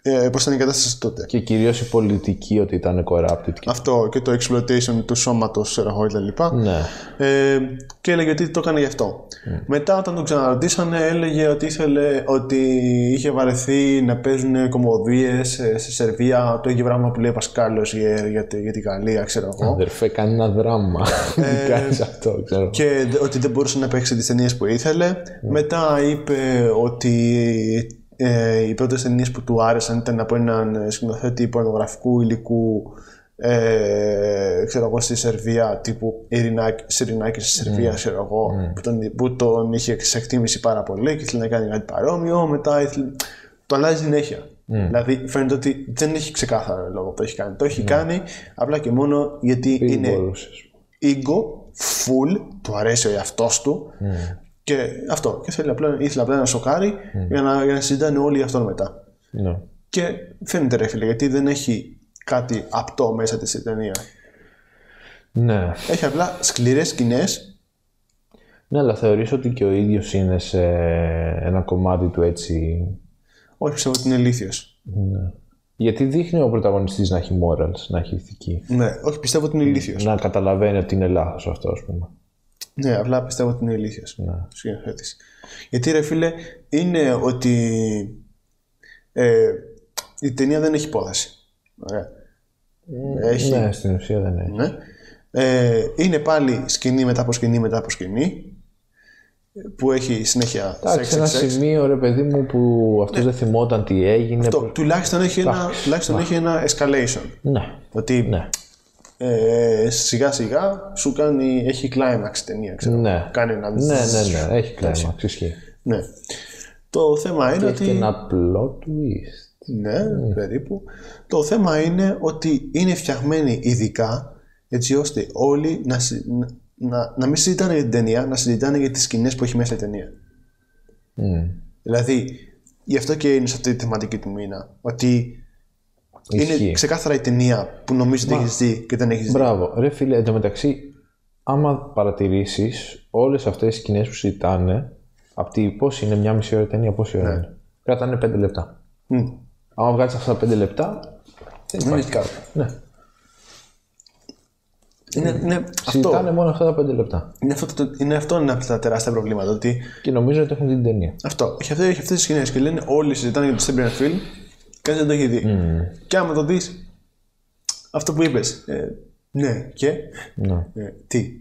Ε, πώς ήταν η κατάσταση τότε. Και κυρίως η πολιτική ότι ήταν corrupted. και- Αυτό και το exploitation του σώματος, ξέρω εγώ κτλ. Ναι. Ε, και έλεγε ότι το έκανε γι' αυτό. Μετά, όταν τον ξαναρωτήσανε, έλεγε ότι ήθελε ότι είχε βαρεθεί να παίζουν κομμωδίες στη Σερβία. Το ίδιο πράγμα που λέει ο Πασκάλο για, για, τη- για τη Γαλλία, ξέρω εγώ. Αδερφέ, κάνει ένα δράμα. (laughs) Ε... κάνεις αυτό, ξέρω. ναι. και δε- ότι δεν μπορούσε να παίξει τις ταινίες που ήθελε. Μετά είπε ότι ε, οι πρώτες ταινίες που του άρεσαν ήταν από έναν σκηνοθέτη πορνογραφικού υλικού ε, ξέρω εγώ στη Σερβία τύπου Ειρηνάκη, Σιρινάκη στη Σερβία ξέρω εγώ που, τον, που τον είχε σε εκτίμηση πάρα πολύ και ήθελε να κάνει κάτι παρόμοιο μετά ήθελε, το αλλάζει συνέχεια δηλαδή φαίνεται ότι δεν έχει ξεκάθαρο λόγο που το έχει κάνει το έχει κάνει απλά και μόνο γιατί Τι είναι μπορούσες. ego, full, του αρέσει ο εαυτός του. Και αυτό. Και θέλει απλά, ήθελε απλά να σοκάρει για, να, για να συζητάνε όλοι για αυτόν μετά. Ναι. Και φαίνεται ρε φίλε, γιατί δεν έχει κάτι απτό μέσα της ταινία. ναι. Έχει απλά σκληρές σκηνές. Ναι, αλλά θεωρείς ότι και ο ίδιος είναι σε ένα κομμάτι του έτσι. Όχι, πιστεύω ότι είναι ηλίθιο. Γιατί δείχνει ο πρωταγωνιστής να έχει morals, να έχει ηθική. Ναι, όχι, πιστεύω ότι είναι ηλίθιο. Να καταλαβαίνει ότι είναι λάθος αυτό, ας πούμε. Ναι, απλά πιστεύω ότι είναι ηλίθιος. Ναι. Σκηνοθέτης. Γιατί ρε φίλε, είναι ότι ε, η ταινία δεν έχει υπόθεση. Ωραία. Έχει Ναι, στην ουσία δεν έχει. Ναι. Ε, είναι πάλι σκηνή μετά από σκηνή μετά από σκηνή που έχει συνέχεια σεξ, Εντάξει, ένα σεξ, σεξ. Ναι. σημείο ρε παιδί μου που αυτός δεν θυμόταν τι έγινε. Το, τουλάχιστον έχει ένα, τουλάχιστον έχει ένα escalation. Ναι. Ότι Ναι. ε, σιγά σιγά σου κάνει, έχει κλάιμαξ η ταινία, ξέρω. Ναι. Κάνει ένα... Ναι, ναι, ναι. Έχει κλάιμαξ. Ισχύει. ναι. Το θέμα είναι Έχει και ότι... ένα plot twist. Ναι, περίπου. Το θέμα είναι ότι είναι φτιαγμένη ειδικά έτσι ώστε όλοι να, συ- να- να, να μην συζητάνε για την ταινία, να συζητάνε για τις σκηνές που έχει μέσα η ταινία. Μμ. Δηλαδή, γι' αυτό και είναι σε αυτή τη θεματική του μήνα. Ότι είναι Ισχύει. ξεκάθαρα η ταινία που νομίζεις ότι έχεις δει και δεν έχεις δει. Μπράβο. Ρε φίλε, εν τω μεταξύ, άμα παρατηρήσεις όλες αυτές τι σκηνές που συζητάνε, από τη πόση είναι μια μισή ώρα η ταινία, πόση ώρα είναι. Κρατάνε πέντε λεπτά. Μμ. Άμα βγάλει αυτά τα πέντε λεπτά, Δεν έχει κάτι. ναι. Είναι, είναι αυτό. Συζητάνε μόνο αυτά τα πέντε λεπτά. Είναι αυτό, το- είναι αυτό είναι από τα τεράστια προβλήματα. Ότι Και νομίζω ότι έχουν δει την ταινία. αυτό. Έχει, αυτές, έχει αυτές τις σκηνές και λένε όλοι συζητάνε για το Stephen Film. Κανείς δεν το έχει δει. Και άμα το δεις, αυτό που είπες. Ε, ναι, και. Ναι. Ε, τι,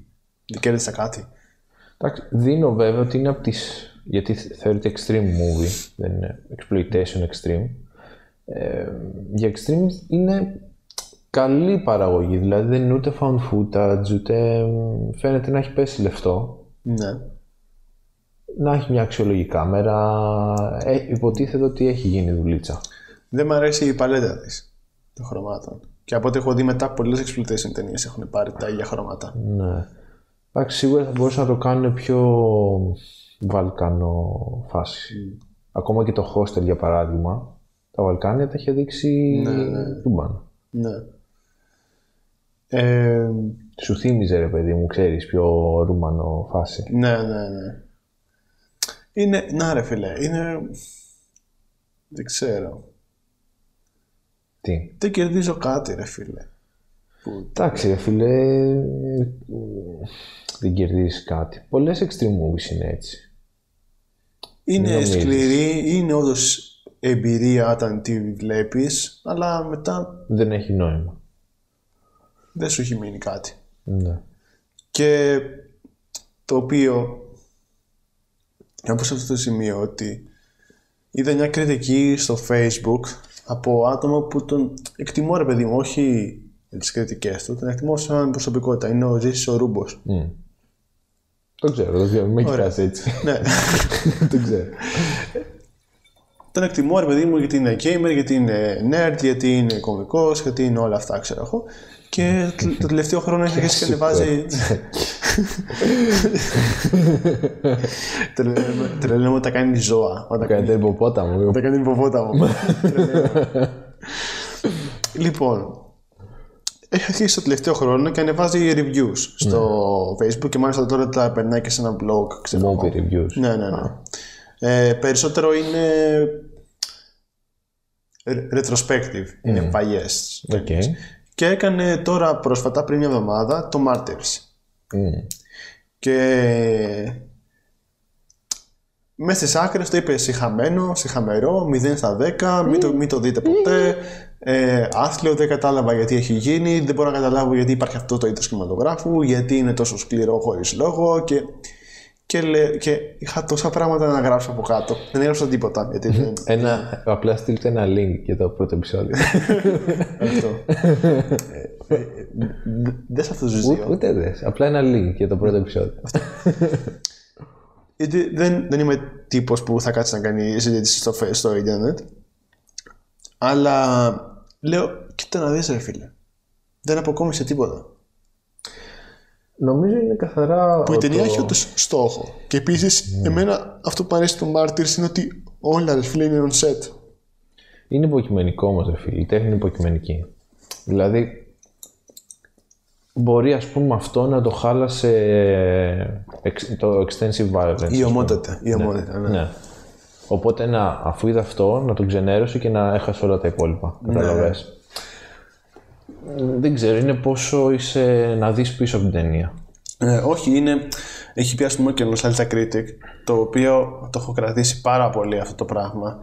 δεν κέρδισα κάτι. Εντάξει, δίνω βέβαια ότι είναι από τις... Γιατί θεωρείται extreme movie, δεν είναι exploitation extreme. Ε, για extreme είναι καλή παραγωγή, δηλαδή δεν είναι ούτε found footage, ούτε εμ, φαίνεται να έχει πέσει λεφτό. Ναι. Να έχει μια αξιολογή κάμερα, ε, υποτίθεται ότι έχει γίνει δουλίτσα. Δεν μ' αρέσει η παλέτα της των χρωμάτων. Και από ό,τι έχω δει μετά, πολλές exploitation ταινίες έχουν πάρει τα ίδια χρώματα. Ναι. Εντάξει, σίγουρα θα μπορούσαν να το κάνουν πιο βαλκανό φάση. Ακόμα και το hostel για παράδειγμα, τα Βαλκάνια τα είχε δείξει τούμπαν. Ναι. Ε, Σου θύμιζε ρε παιδί μου, ξέρεις, πιο ρούμανο φάση. ναι, ναι, ναι. Είναι, να ρε φίλε, είναι... Δεν ξέρω. Τι. Δεν κερδίζω κάτι ρε φίλε. Εντάξει ρε φίλε, ε, δεν κερδίζεις κάτι. Πολλές extreme movies είναι έτσι. Είναι Νομίζεις. σκληρή, είναι όντως εμπειρία όταν τη βλέπεις, αλλά μετά Δεν έχει νόημα. δεν σου έχει μείνει κάτι. Ναι. Και το οποίο όπως σε αυτό το σημείο ότι είδα μια κριτική στο facebook από άτομο που τον εκτιμώ ρε παιδί μου, όχι τις κριτικές του, τον εκτιμώ σαν προσωπικότητα, είναι ο Ζήσης ο Ρούμπος. Το ξέρω, το ξέρω, με κοιτάς έτσι. ναι, (laughs) το ξέρω. τον εκτιμώ ρε παιδί μου γιατί είναι gamer, γιατί είναι nerd, γιατί είναι κομικός, γιατί είναι όλα αυτά ξέρω εγώ. Και το- το τελευταίο χρόνο έχει αρχίσει και ανεβάζει. Τρελαίνομαι- Τρελαίνομαι όταν κάνει ζώα. Όταν Κάνει τα υποπόταμο. Θα κάνει υποπόταμο. λοιπόν, έχει αρχίσει το τελευταίο χρόνο και ανεβάζει reviews στο facebook και μάλιστα τώρα τα περνάει και σε ένα blog, ξέρω εγώ. Movie reviews. Ναι, ναι, ναι. Ε, περισσότερο είναι re- retrospective, είναι παλιές. Οκ. Και έκανε τώρα πρόσφατα, πριν μια εβδομάδα, το Martyrs. Μμ. Και μέσα στις άκρες το είπες συχαμένο, συχαμερό, 0 στα 10, μην το, μην το δείτε ποτέ. Ε, άθλιο, δεν κατάλαβα γιατί έχει γίνει, δεν μπορώ να καταλάβω γιατί υπάρχει αυτό το είδος κινηματογράφου, γιατί είναι τόσο σκληρό χωρίς λόγο και, και, λέ- και είχα τόσα πράγματα να γράψω από κάτω. Δεν έγραψα τίποτα γιατί δεν Ένα, απλά στείλτε ένα link για το πρώτο (laughs) επεισόδιο. αυτό. Ε, ε, δ- Δες αυτούς τους Ούτε- δύο. Ούτε δες. Απλά ένα link για το πρώτο επεισόδιο. Γιατί δεν, δεν είμαι τύπος που θα κάτσει να κάνει συζήτηση στο, φε- στο ίντερνετ. Αλλά λέω, κοίτα να δεις ρε φίλε. Δεν αποκόμισε τίποτα. Νομίζω είναι καθαρά. Που η από ταινία το- έχει όντως στόχο. Ναι. Και επίσης, εμένα αυτό που αρέσει του Martyrs είναι ότι όλα ρε φίλε είναι on set. Είναι υποκειμενικό όμως, ρε φίλε. Η τέχνη είναι υποκειμενική. Δηλαδή, μπορεί ας πούμε αυτό να το χάλασε εξ- το extensive violence. Η ομότατα. Η ομότατα, ναι. Ναι. Οπότε να, αφού είδα αυτό, να τον ξενέρωσε και να έχασε όλα τα υπόλοιπα. Καταλαβες. Δεν ξέρω, είναι πόσο είσαι να δεις πίσω από την ταινία. Ε, όχι, είναι, έχει πει ας πούμε και Nostalgia Critic, το οποίο το έχω κρατήσει πάρα πολύ αυτό το πράγμα,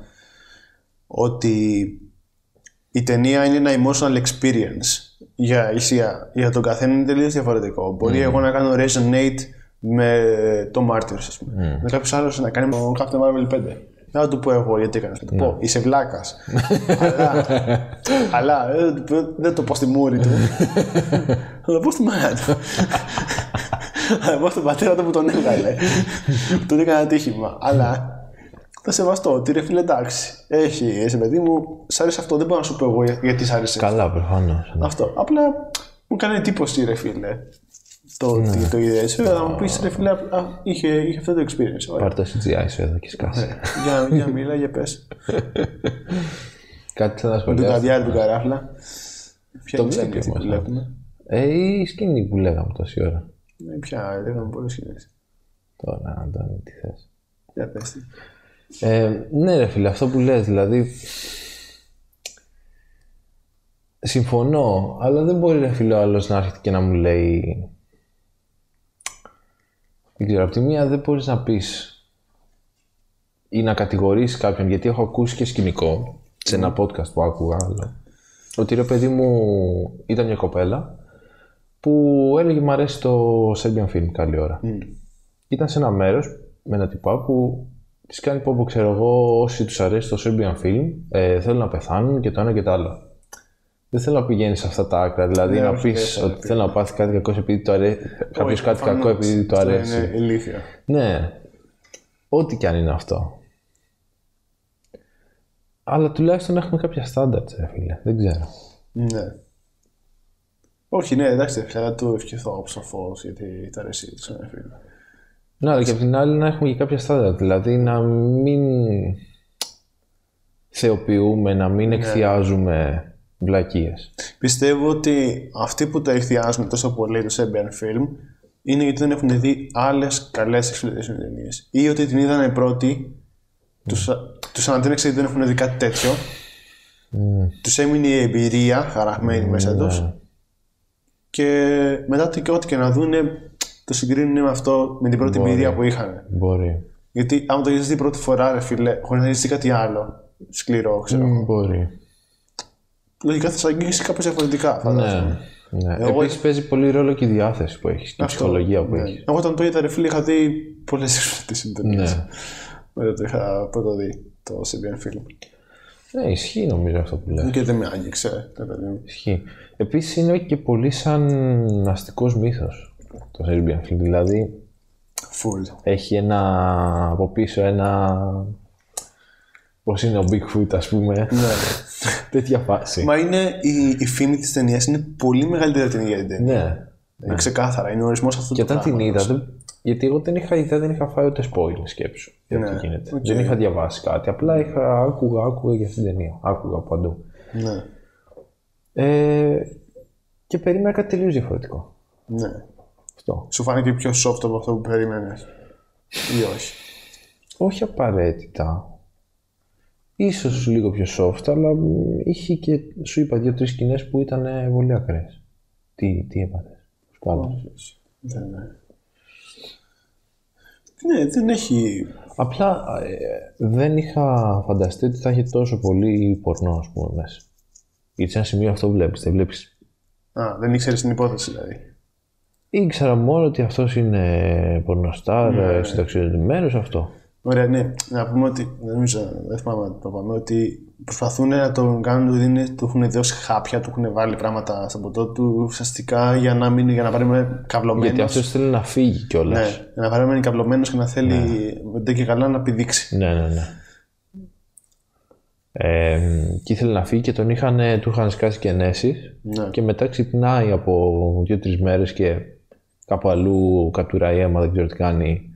ότι η ταινία είναι ένα emotional experience για, για, για τον καθένα είναι τελείως διαφορετικό. Μπορεί εγώ να κάνω resonate με το Martyrs, ας πούμε. Με κάποιος άλλος να κάνει με το Captain Marvel 5. Να του πω εγώ γιατί έκανες. Να του πω, είσαι βλάκας. αλλά αλλά ε, δεν το πω στη μούρη (laughs) του. Θα το πω στη μάνα του. Θα το πω στον πατέρα του που τον έβγαλε. του έκανα τύχημα. αλλά θα σεβαστώ ότι ρε φίλε εντάξει. Έχει, εσύ παιδί μου, σ' άρεσε αυτό. Δεν μπορώ να σου πω εγώ γιατί σ' άρεσε. Καλά, προφανώς. Αυτό. Απλά μου κάνει εντύπωση, ρε φίλε. Το Ναι. ότι το είδε. Βέβαια, θα μου πεις, ρε φίλε, α, είχε, είχε αυτό το experience. Ωραία. Πάρ το CGI σου εδώ και Ναι. σκάσε. για, για μιλά, για πες. Κάτι θα Του σχολιάσει. καδιάρι του καράφλα. Ποια Το είναι η σκηνή βλέπει αυτή που όμως, ναι. βλέπουμε. Ε, η σκηνή που λέγαμε τόση ώρα. Ναι, πια, λέγαμε πολλές σκηνές. Τώρα, Αντώνη, τι θες. Για πες τι. Ε, ναι, ρε φίλε, αυτό που λες, δηλαδή. Συμφωνώ, αλλά δεν μπορεί ρε φίλε ο άλλος να έρχεται και να μου λέει. Δεν ξέρω, απ' τη μία δεν μπορείς να πεις ή να κατηγορήσεις κάποιον, γιατί έχω ακούσει και σκηνικό σε ένα podcast που άκουγα άλλο. Ότι ρε παιδί μου ήταν μια κοπέλα που έλεγε μου αρέσει το Serbian film καλή ώρα. Ήταν σε ένα μέρος με ένα τυπά που της κάνει πω ξέρω εγώ όσοι τους αρέσει το Serbian film ε, θέλουν να πεθάνουν και το ένα και το άλλο. Δεν θέλω να πηγαίνεις σε αυτά τα άκρα. Δηλαδή Ναι, να όχι, πεις δεν θέλω, ότι θέλω να πάθεις κάτι κακό επειδή το αρέσει. Κάποιο Όχι, κάτι κακό προφανώς. Ναι, επειδή του Αυτό αρέσει. Είναι ηλίθιο. Ναι. Ό,τι κι αν είναι αυτό. Αλλά τουλάχιστον έχουμε κάποια στάνταρτ, ρε φίλε. Δεν ξέρω. Ναι. Όχι, ναι, εντάξει, θα του ευχηθώ σαφώ γιατί τα αρέσει του ένα φίλο. Ναι, αλλά και απ' την άλλη να έχουμε και κάποια στάνταρτ. Δηλαδή να μην θεοποιούμε, να Ναι. μην εκθιάζουμε βλακίες. Πιστεύω ότι αυτοί που το εκθιάζουν τόσο πολύ το Serbian Film είναι γιατί δεν έχουν δει άλλες καλές εξωτερικές ταινίες. Ή ότι την είδαν πρώτη, τους ανατρέξε γιατί δεν έχουν δει κάτι τέτοιο. Τους έμεινε η εμπειρία χαραγμένη μέσα ναι. του. Και μετά τι- ό,τι και να δούνε, το συγκρίνουν με αυτό, με την πρώτη εμπειρία που είχαν. Μπορεί. Γιατί άμα το έχεις δει πρώτη φορά, ρε φίλε, χωρίς να έχεις δει κάτι άλλο σκληρό, ξέρω. Ναι. Μπορεί. Λογικά θα σε αγγίξει κάπως διαφορετικά. φαντάζομαι. Ναι. ναι. Εγώ- Επίσης παίζει πολύ ρόλο και η διάθεση που έχεις και η Αυτό, ψυχολογία που ναι. έχεις. Εγώ όταν το είδα, ρε φίλε, είχα δει πολλές εξωτικές συντονίες. Ναι. Μετά το είχα πρώτο δει το Serbian Film. Ναι, ισχύει νομίζω αυτό που λέω. Και δεν με άγγιξε, ρε παιδί μου. Ισχύει. Επίσης είναι και πολύ σαν αστικός μύθος το Serbian film. Δηλαδή Φουλ. έχει ένα από πίσω ένα... Πώς είναι ο Bigfoot ας πούμε. Ναι. (laughs) Τέτοια φάση. Μα είναι η, η φήμη της ταινίας είναι πολύ μεγαλύτερη από την ίδια την ταινία. Ναι. Είναι ξεκάθαρα, είναι ο ορισμός αυτού Και του όταν την πράγματος. είδα, δεν- γιατί εγώ δεν είχα ιδέα, δεν είχα φάει ούτε spoil σκέψου. Για το Ναι, τι γίνεται. οκ. Δεν είχα διαβάσει κάτι. Απλά είχα, άκουγα, άκουγα για αυτήν την ταινία. Άκουγα παντού. Ναι, Ε, και περίμενα κάτι τελείως διαφορετικό. ναι. Αυτό. Σου φάνηκε πιο soft από αυτό που περίμενες. Ή όχι. Όχι απαραίτητα. Ίσως λίγο πιο soft, αλλά μ, είχε και σου είπα δύο-τρει σκηνές που ήταν ε, πολύ ακραίες. Τι, τι έπαθες. Πάντως. Δεν είναι. Ναι, δεν έχει. Απλά ε, δεν είχα φανταστεί ότι θα είχε τόσο πολύ πορνό, ας πούμε, μέσα. Γιατί σε ένα σημείο αυτό βλέπεις. Δεν βλέπεις. Α, δεν ήξερες την υπόθεση δηλαδή. Ήξερα μόνο ότι αυτός είναι πορνοστάρ, ναι. συνταξιδοτημένο αυτό. Ωραία, ναι. Να πούμε ότι. δεν Νομίζω, δεν θυμάμαι να το πάμε, ότι προσπαθούν να τον κάνουν ότι είναι, του έχουν δώσει χάπια, του έχουν βάλει πράγματα στον ποτό του ουσιαστικά για να, μείνει, για να παρέμενε καυλωμένος. Γιατί αυτός θέλει να φύγει κιόλας. Ναι, για να παρέμενε καυλωμένος και να θέλει ναι. και καλά να πηδήξει. Ναι, ναι, ναι. Ε, και ήθελε να φύγει και τον είχαν, του είχαν σκάσει και ενέσεις. Ναι. Και μετά ξυπνάει από δύο-τρει μέρες και κάπου αλλού κατουράει αίμα, δεν ξέρω τι κάνει.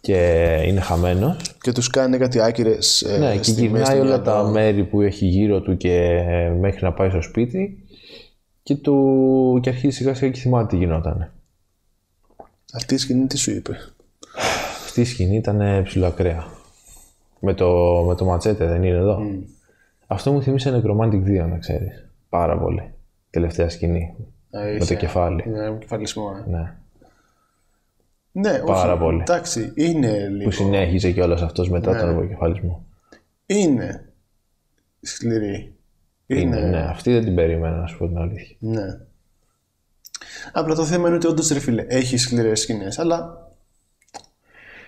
Και είναι χαμένο. Και τους κάνει κάτι ε, άκυρε. Ναι, και γυρνάει όλα τα μέρη που έχει γύρω του και ε, μέχρι να πάει στο σπίτι και, του... και αρχίζει σιγά σιγά και θυμάται τι γινόταν. Αυτή η σκηνή τι σου είπε. Αυτή η σκηνή ήταν ψηλοακραία. Με το, με το ματσέτε δεν είναι εδώ. Mm. Αυτό μου θυμίσε Necromantic 2 να ξέρεις. Πάρα πολύ. Τελευταία σκηνή. Με το Αλήθεια. κεφάλι. Ναι, με κεφαλισμό. ε. Ναι. Ναι, Πάρα όχι, πολύ. Εντάξει, είναι λίγο. Που συνέχιζε κιόλας αυτός μετά Ναι. τον αποκεφαλισμό. Είναι σκληρή. Είναι. Ναι. ναι, αυτή δεν την περίμενα να σου πω την αλήθεια. Ναι. Απλά το θέμα είναι ότι όντως ρε φίλε έχει σκληρές σκηνές, αλλά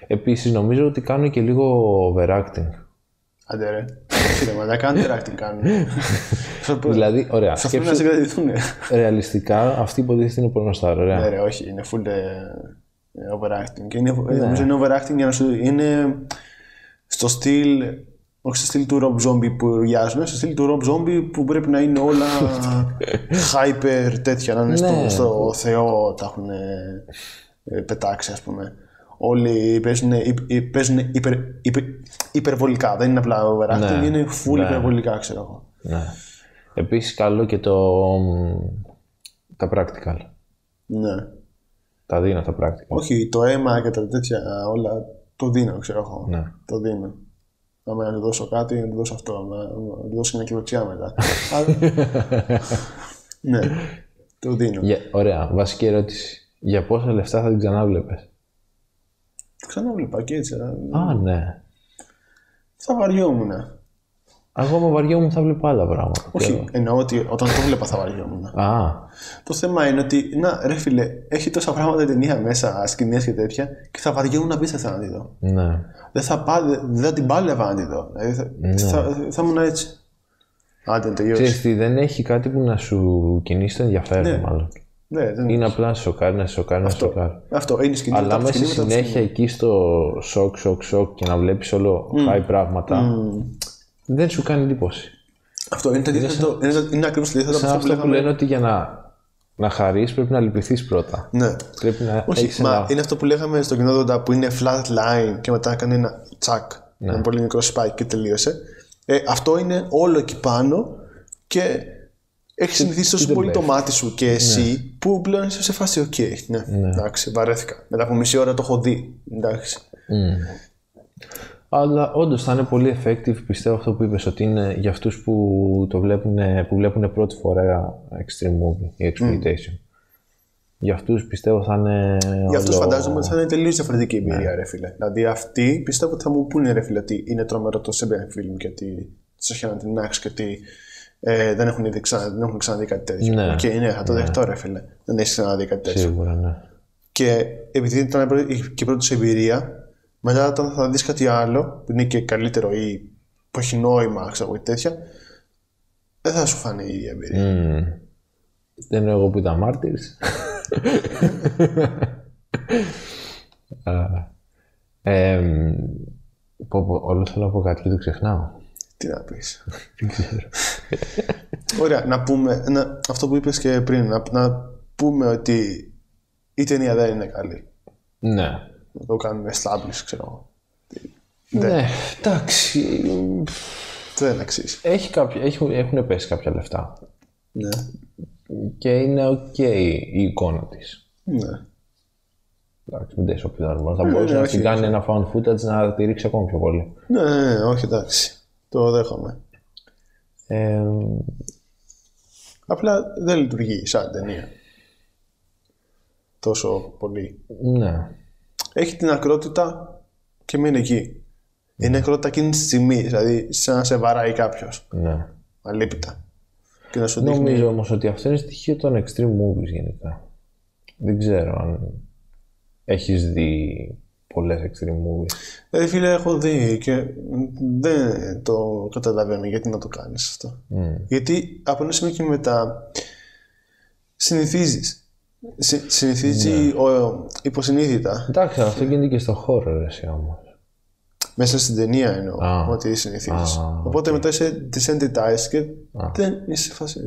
Επίσης νομίζω ότι κάνουν και λίγο overacting Άντε ρε. Φίλε, μαλάκα, αντιράκτην κάνουν. Θα πω- Δηλαδή, ωραία. Θα πρέπει Σκέψου να συγκρατηθούν. ρεαλιστικά αυτή υποτίθεται είναι πορνοστάρ. Ωραία. Ναι, ρε, όχι, είναι full ε, overacting. Και είναι, Ναι. ε, νομίζω είναι overacting για να σου. Είναι στο στυλ. Όχι στο στυλ του Rob Zombie που ουρλιάζουν, στο στυλ του Rob Zombie που πρέπει να είναι (laughs) όλα hyper τέτοια, να είναι στο, Ναι. στο Θεό τα έχουν ε, ε, πετάξει, ας πούμε. Όλοι παίζουν, παίζουν υπερ, υπερ- υπερβολικά, δεν είναι απλά overacting, Ναι. είναι full υπερβολικά, ξέρω εγώ. Ναι. Επίσης καλό και το, μ, τα practical. Ναι. Τα δίνω τα practical. Όχι, το αίμα και τα τέτοια όλα το δίνω, ξέρω εγώ. Ναι. Το δίνω. Άμα να του δώσω κάτι, να του δώσω αυτό. Να, να του δώσω μια κλωτσιά μετά. Αλλά- ναι, το δίνω. Για, ωραία, βασική ερώτηση. Για πόσα λεφτά θα την ξανάβλεπες. Ξανά βλέπα και έτσι. αλλά Α, ναι. Θα βαριόμουν. Εγώ με βαριόμουν θα βλέπω άλλα πράγματα. Όχι, εννοώ ότι όταν το βλέπα θα βαριόμουν. Α, Το θέμα είναι ότι, να ρε φίλε, έχει τόσα πράγματα η ταινία μέσα, σκηνές και τέτοια, και θα βαριόμουν απίστευτα να τη δω. ναι. Δεν θα, πά, δεν θα την πάλευα να τη δω. Δηλαδή, θα, θα, θα ήμουν έτσι. Άντε, να τελειώσει. Ξέρεις τι, δεν έχει κάτι που να σου κινήσει το ενδιαφέρον μάλλον. Ναι, δεν... Είναι απλά να σε σοκάρει, να σε σοκάρει, να σε σοκάρει. Αυτό είναι σκηνή. μετά Αλλά από μέσα σκηνή, μετά από συνέχεια εκεί στο σοκ, σοκ, σοκ και να βλέπεις όλο high πράγματα, δεν σου κάνει εντύπωση. Αυτό είναι το αντίθετο. Είναι, το- είναι ακριβώς το αντίθετο από Σαν αυτό που αυτό που λέγαμε. λένε ότι για να, να χαρείς πρέπει να λυπηθείς πρώτα. Ναι. Πρέπει να έχεις Όχι, μα ένα... είναι αυτό που λέγαμε στον κοινόδοντα που είναι flat line και μετά κάνει ένα τσακ. Ναι. Ένα πολύ μικρό spike και τελείωσε. Ε, αυτό είναι όλο εκεί πάνω και έχεις συνηθίσει τόσο πολύ το μάτι σου Ναι. και εσύ που πλέον είσαι σε φάση. Οκ, ναι, εντάξει, βαρέθηκα. Μετά από μισή ώρα το έχω δει. Εντάξει. Αλλά όντως θα είναι πολύ effective, πιστεύω αυτό που είπες, ότι είναι για αυτούς που το βλέπουν, που βλέπουν πρώτη φορά extreme movie ή exploitation. Για αυτούς πιστεύω θα είναι Γι' αυτό όλο- φαντάζομαι ότι θα είναι τελείως διαφορετική εμπειρία, Ναι. ρε φίλε. Δηλαδή, αυτοί πιστεύω ότι θα μου πούνε, ρε φίλε, ότι είναι τρομερό το Σέμπερ Film και ότι τους έχει ανατινάξει και ότι ε, δεν, έχουν δει ξανα, δεν έχουν ξαναδεί κάτι τέτοιο. Ναι. Και ναι, θα το δεχτώ, ρε φίλε. Δεν έχεις ξαναδεί κάτι τέτοιο. Σίγουρα, ναι. Και επειδή ήταν η πρώτη- και η πρώτη σου εμπειρία, μετά όταν θα δεις κάτι άλλο που είναι και καλύτερο ή που έχει νόημα, ξέρω εγώ, ή τέτοια, δεν θα σου φανεί η ίδια εμπειρία. Μμμ. Δεν είναι εγώ που ήταν μάρτυρης. Α, εμ, πω, πω, όλο θέλω να πω κάτι και το ξεχνάω. Τι να πεις. Δεν ξέρω. Ωραία, να πούμε να, αυτό που είπες και πριν, να, να πούμε ότι η ταινία δεν είναι καλή. ναι. Να το κάνουμε establish, ξέρω εγώ. Ναι, εντάξει. Δεν αξίζει. Έχει κάποια, έχουν, έχουν πέσει κάποια λεφτά. Ναι. Και είναι οκ η εικόνα της. ναι. Εντάξει, μην τέσσερα πιθανόν. Θα μπορούσε ναι, να όχι, την κάνει ένα fan footage να τη ρίξει ακόμη πιο πολύ. Ναι, ναι, ναι, όχι εντάξει. Το δέχομαι. Εμ, Απλά δεν λειτουργεί σαν ταινία. Τόσο πολύ. ναι. Έχει την ακρότητα και μείνει εκεί. Είναι ακρότητα εκείνη τη στιγμή, δηλαδή σαν να σε βαράει κάποιος. ναι. Αλήπητα. Και να σου δείχνει. Νομίζω όμως ότι αυτό είναι στοιχείο των extreme movies γενικά. Δεν ξέρω αν έχεις δει πολλές extreme movies. Δηλαδή, φίλε, έχω δει και δεν το καταλαβαίνω γιατί να το κάνεις αυτό. Γιατί από ένα σημείο και μετά συνηθίζεις. Συ- συνηθίζει ο, ε, υποσυνείδητα. Εντάξει, αλλά αυτό γίνεται και στο χώρο ρε όμως. Μέσα στην ταινία εννοώ Α. ότι συνηθίζεις. Α, Οπότε μετά είσαι desensitized και δεν είσαι σε φάση.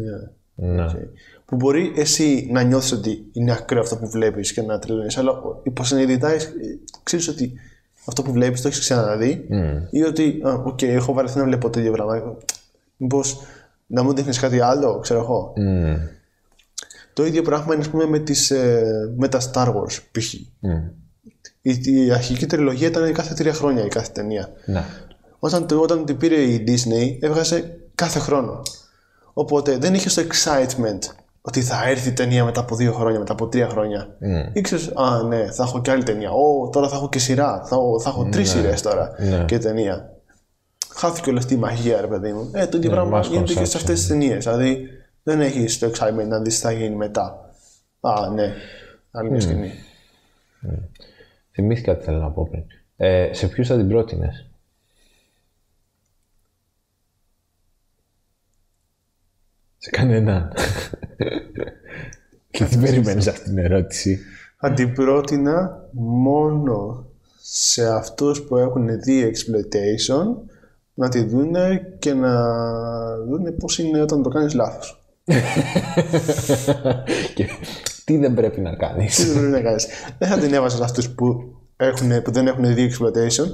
«Ναι, Ναι. οκ». Που μπορεί εσύ να νιώθεις ότι είναι ακραίο αυτό που βλέπεις και να τρελαίνεις, αλλά ο- υποσυνείδητας ε, ξέρεις ότι αυτό που βλέπεις το έχεις ξαναδεί Mm. ή ότι, «Α, οκ, έχω βαρεθεί να βλέπω τέτοια πράγματα. Μήπως να μου δείχνεις κάτι άλλο, ξέρω εγώ. Μμμ. Το ίδιο πράγμα είναι, ας πούμε, με, τις, ε, με τα Star Wars, π.χ. Η, η αρχική τριλογία ήταν κάθε τρία χρόνια η κάθε ταινία. Ναι. Όταν, το- όταν την πήρε η Disney, έβγαζε κάθε χρόνο. Οπότε δεν είχε το excitement ότι θα έρθει η ταινία μετά από δύο χρόνια, μετά από τρία χρόνια. Mm. Ήξερες, Α, ναι, θα έχω και άλλη ταινία. Ω, τώρα θα έχω και σειρά. Θα, θα έχω τρεις σειρές τώρα Ναι. και ταινία. Χάθηκε όλη αυτή η μαγεία, ρε παιδί μου. Ε, το ίδιο πράγμα Ναι, mass γίνεται και consumption. σε αυτές τις ταινίες. Δηλαδή δεν έχει το excitement να δεις τι θα γίνει μετά. Α, ναι, άλλη Mm. μια σκηνή. Θυμήθηκα τι θέλω να πω πριν. Ε, σε ποιους θα την πρότεινες. Σε κανένα. Και τι περιμένεις αυτή την ερώτηση. Θα την πρότεινα μόνο σε αυτούς που έχουν δει exploitation να τη δούνε και να δούνε πώς είναι όταν το κάνεις λάθος. (laughs) Και τι δεν πρέπει να Τι κάνεις. δεν πρέπει να κάνεις. Δεν θα την έβαζα σε αυτούς που, έχουν, που δεν έχουν δει exploitation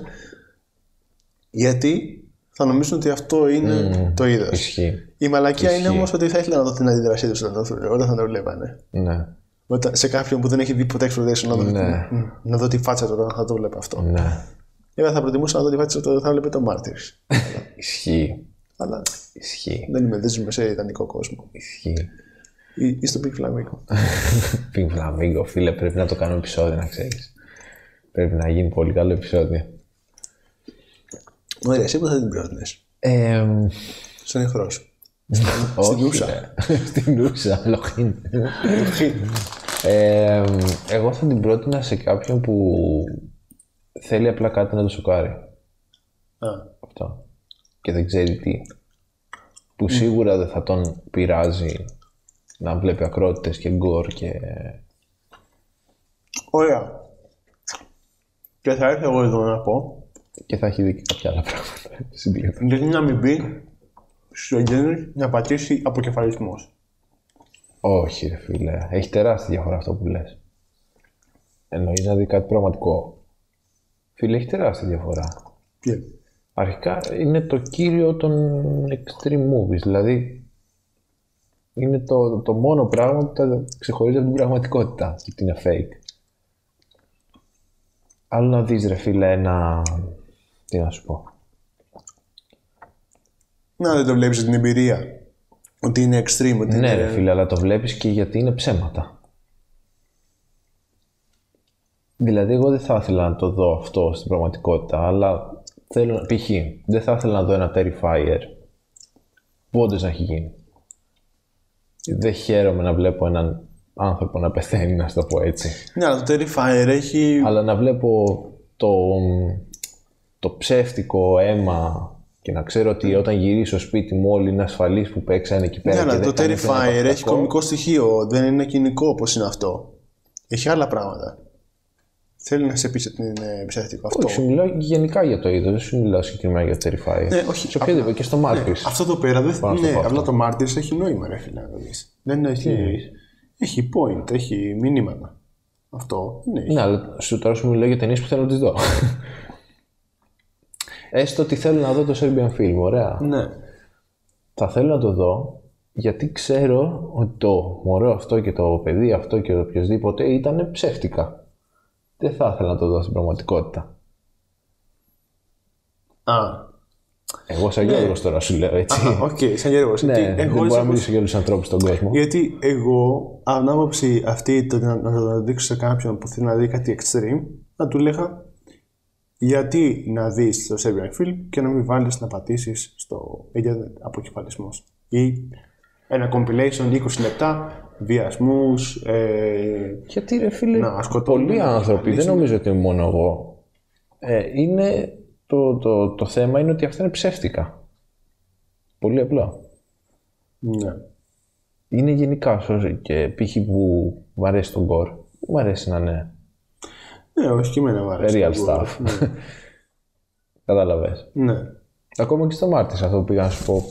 γιατί θα νομίζουν ότι αυτό είναι το είδος. Ισχύει. Η μαλακία είναι όμως ότι θα ήθελα να δω την αντίδρασή τους όταν το- όταν θα το βλέπανε. Ναι. Όταν, σε κάποιον που δεν έχει δει ποτέ exploitation να δω, Ναι. Μμ, να δω τη φάτσα του όταν θα το βλέπει αυτό. Ναι. Εγώ θα προτιμούσα να δω τη φάτσα του όταν θα βλέπει το Martyrs. Ισχύει. Αλλά Ισχύει. δεν είμαι, δεν ζούμε σε ιδανικό κόσμο. Ισχύει. Ή, ή στο Big Flamingo. Pink Flamingo, φίλε, πρέπει να το κάνω επεισόδιο, να ξέρεις. Πρέπει να γίνει πολύ καλό επεισόδιο. Ωραία, εσύ που θα την πρότεινες. Ε, Στον εχθρός σου. όχι, Ούσα. ρε. (laughs) Στην Ούσα, Λοχίν. ε, εγώ θα την πρότεινα σε κάποιον που θέλει απλά κάτι να το σοκάρει. Α, Αυτό. Και δεν ξέρει τι. Που σίγουρα δεν θα τον πειράζει να βλέπει ακρότητες και γκορ και... Ωραία. Και θα έρθω εγώ εδώ να πω, και θα έχει δει και κάποια άλλα πράγματα. (laughs) Συμπλήρωτα. γιατί να μην πει στο γέννη να πατήσει αποκεφαλισμός. Όχι, ρε φίλε. Έχει τεράστια διαφορά αυτό που λες. Εννοείς να δει κάτι πραγματικό. Φίλε, έχει τεράστια διαφορά. Και Αρχικά είναι το κύριο των extreme movies. Δηλαδή είναι το, το μόνο πράγμα που τα ξεχωρίζει από την πραγματικότητα και ότι είναι fake. Άλλο να δεις ρε φίλε ένα... Τι να σου πω. να δεν το βλέπεις την εμπειρία. Ότι είναι extreme, ότι Ναι είναι... ρε φίλε, αλλά το βλέπεις και γιατί είναι ψέματα. Δηλαδή, εγώ δεν θα ήθελα να το δω αυτό στην πραγματικότητα, αλλά θέλω, π.χ. δεν θα ήθελα να δω ένα Terrifier που όντως να έχει γίνει. Δεν χαίρομαι να βλέπω έναν άνθρωπο να πεθαίνει, να σου το πω έτσι. Ναι, αλλά το Terrifier έχει... Αλλά να βλέπω το, το ψεύτικο αίμα και να ξέρω ότι όταν γυρίσω σπίτι μου όλοι είναι ασφαλείς που παίξανε εκεί πέρα Ναι, και αλλά το δεν κάνανε κανένα Terrifier έχει παθητικό. κωμικό στοιχείο. Δεν είναι κοινικό όπως είναι αυτό. Έχει άλλα πράγματα. Θέλει να σε πείσει ότι είναι ψεύτικο αυτό. Όχι, σου μιλάω γενικά για το είδος, δεν σου μιλάω συγκεκριμένα για το Terrifier. Ναι, όχι. Ναι, Σε οποιοδήποτε και στο Martyrs. Αυτό εδώ πέρα δεν στο Ναι, πω απλά το Martyrs έχει νόημα, ρε φίλε, να το δεις. Δεν έχει. Έχει point, έχει μηνύματα. Αυτό δεν έχει. Ναι, αλλά σου τώρα σου μιλάω για ταινίες που θέλω να τις δω. (laughs) Έστω ότι θέλω να δω το Serbian film, ωραία. Ναι. Θα θέλω να το δω γιατί ξέρω ότι το μωρό αυτό και το παιδί αυτό και οποιοδήποτε ήταν ψεύτικα. Δεν θα ήθελα να το δω στην πραγματικότητα. Α, Εγώ σαν Γιώργος τώρα σου λέω έτσι. α, οκ, σαν Γιώργος. ναι, Γιατί δεν Ναι. εγώ μπορώ έτσι να όπως- μιλήσω για όλους τους ανθρώπους στον κόσμο. Γιατί εγώ, αν άποψη αυτή το να, να το δείξω σε κάποιον που θέλει να δει κάτι extreme, να του λέγα γιατί να δεις το Serbian film και να μην βάλεις να πατήσεις στο για αποκεφαλισμός. Ή ένα compilation 20 λεπτά, βιασμούς, ε, Γιατί ρε φίλε, να σκοτώνουν. πολλοί άνθρωποι, δεν νομίζω ότι είμαι μόνο εγώ, ε, είναι το, το, το θέμα είναι ότι αυτά είναι ψεύτικα. Πολύ απλά. Ναι. Είναι γενικά σω- και π.χ. που μου αρέσει τον κορ. Δεν μου αρέσει να είναι ναι, όχι και εμένα μου αρέσει. real stuff. (laughs) Κατάλαβες. Ναι. Ακόμα και στο Μάρτις αυτό που πήγα να σου πω.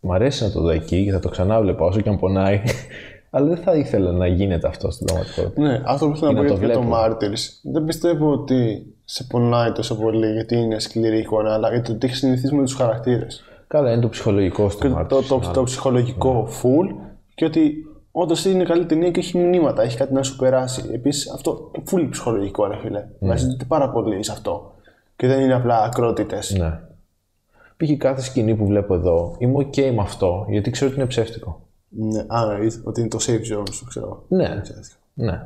Μ' αρέσει να το δω εκεί και θα το ξανά βλέπα όσο και αν πονάει. (laughs) Αλλά δεν θα ήθελα να γίνεται αυτό στην πραγματικότητα. Ναι, αυτό που θέλω να πω να για το για το βλέπω. Martyrs. Δεν πιστεύω ότι σε πονάει τόσο πολύ γιατί είναι σκληρή εικόνα, αλλά γιατί το έχεις συνηθίσει με τους χαρακτήρες. Καλά, είναι το ψυχολογικό στο Μάρτις. Το, το, το ψυχολογικό full και ότι όντως είναι καλή ταινία και έχει μηνύματα, έχει κάτι να σου περάσει. Επίσης, αυτό full ψυχολογικό, ρε φίλε. Βασίζεται πάρα πολύ σε αυτό. Και δεν είναι απλά ακρότητες. Ναι. Πήγε κάθε σκηνή που βλέπω εδώ. Είμαι OK με αυτό, γιατί ξέρω ότι είναι ψεύτικο. Ναι, άρα ή- ότι είναι το safe zone σου, ξέρω. Ναι. Ναι.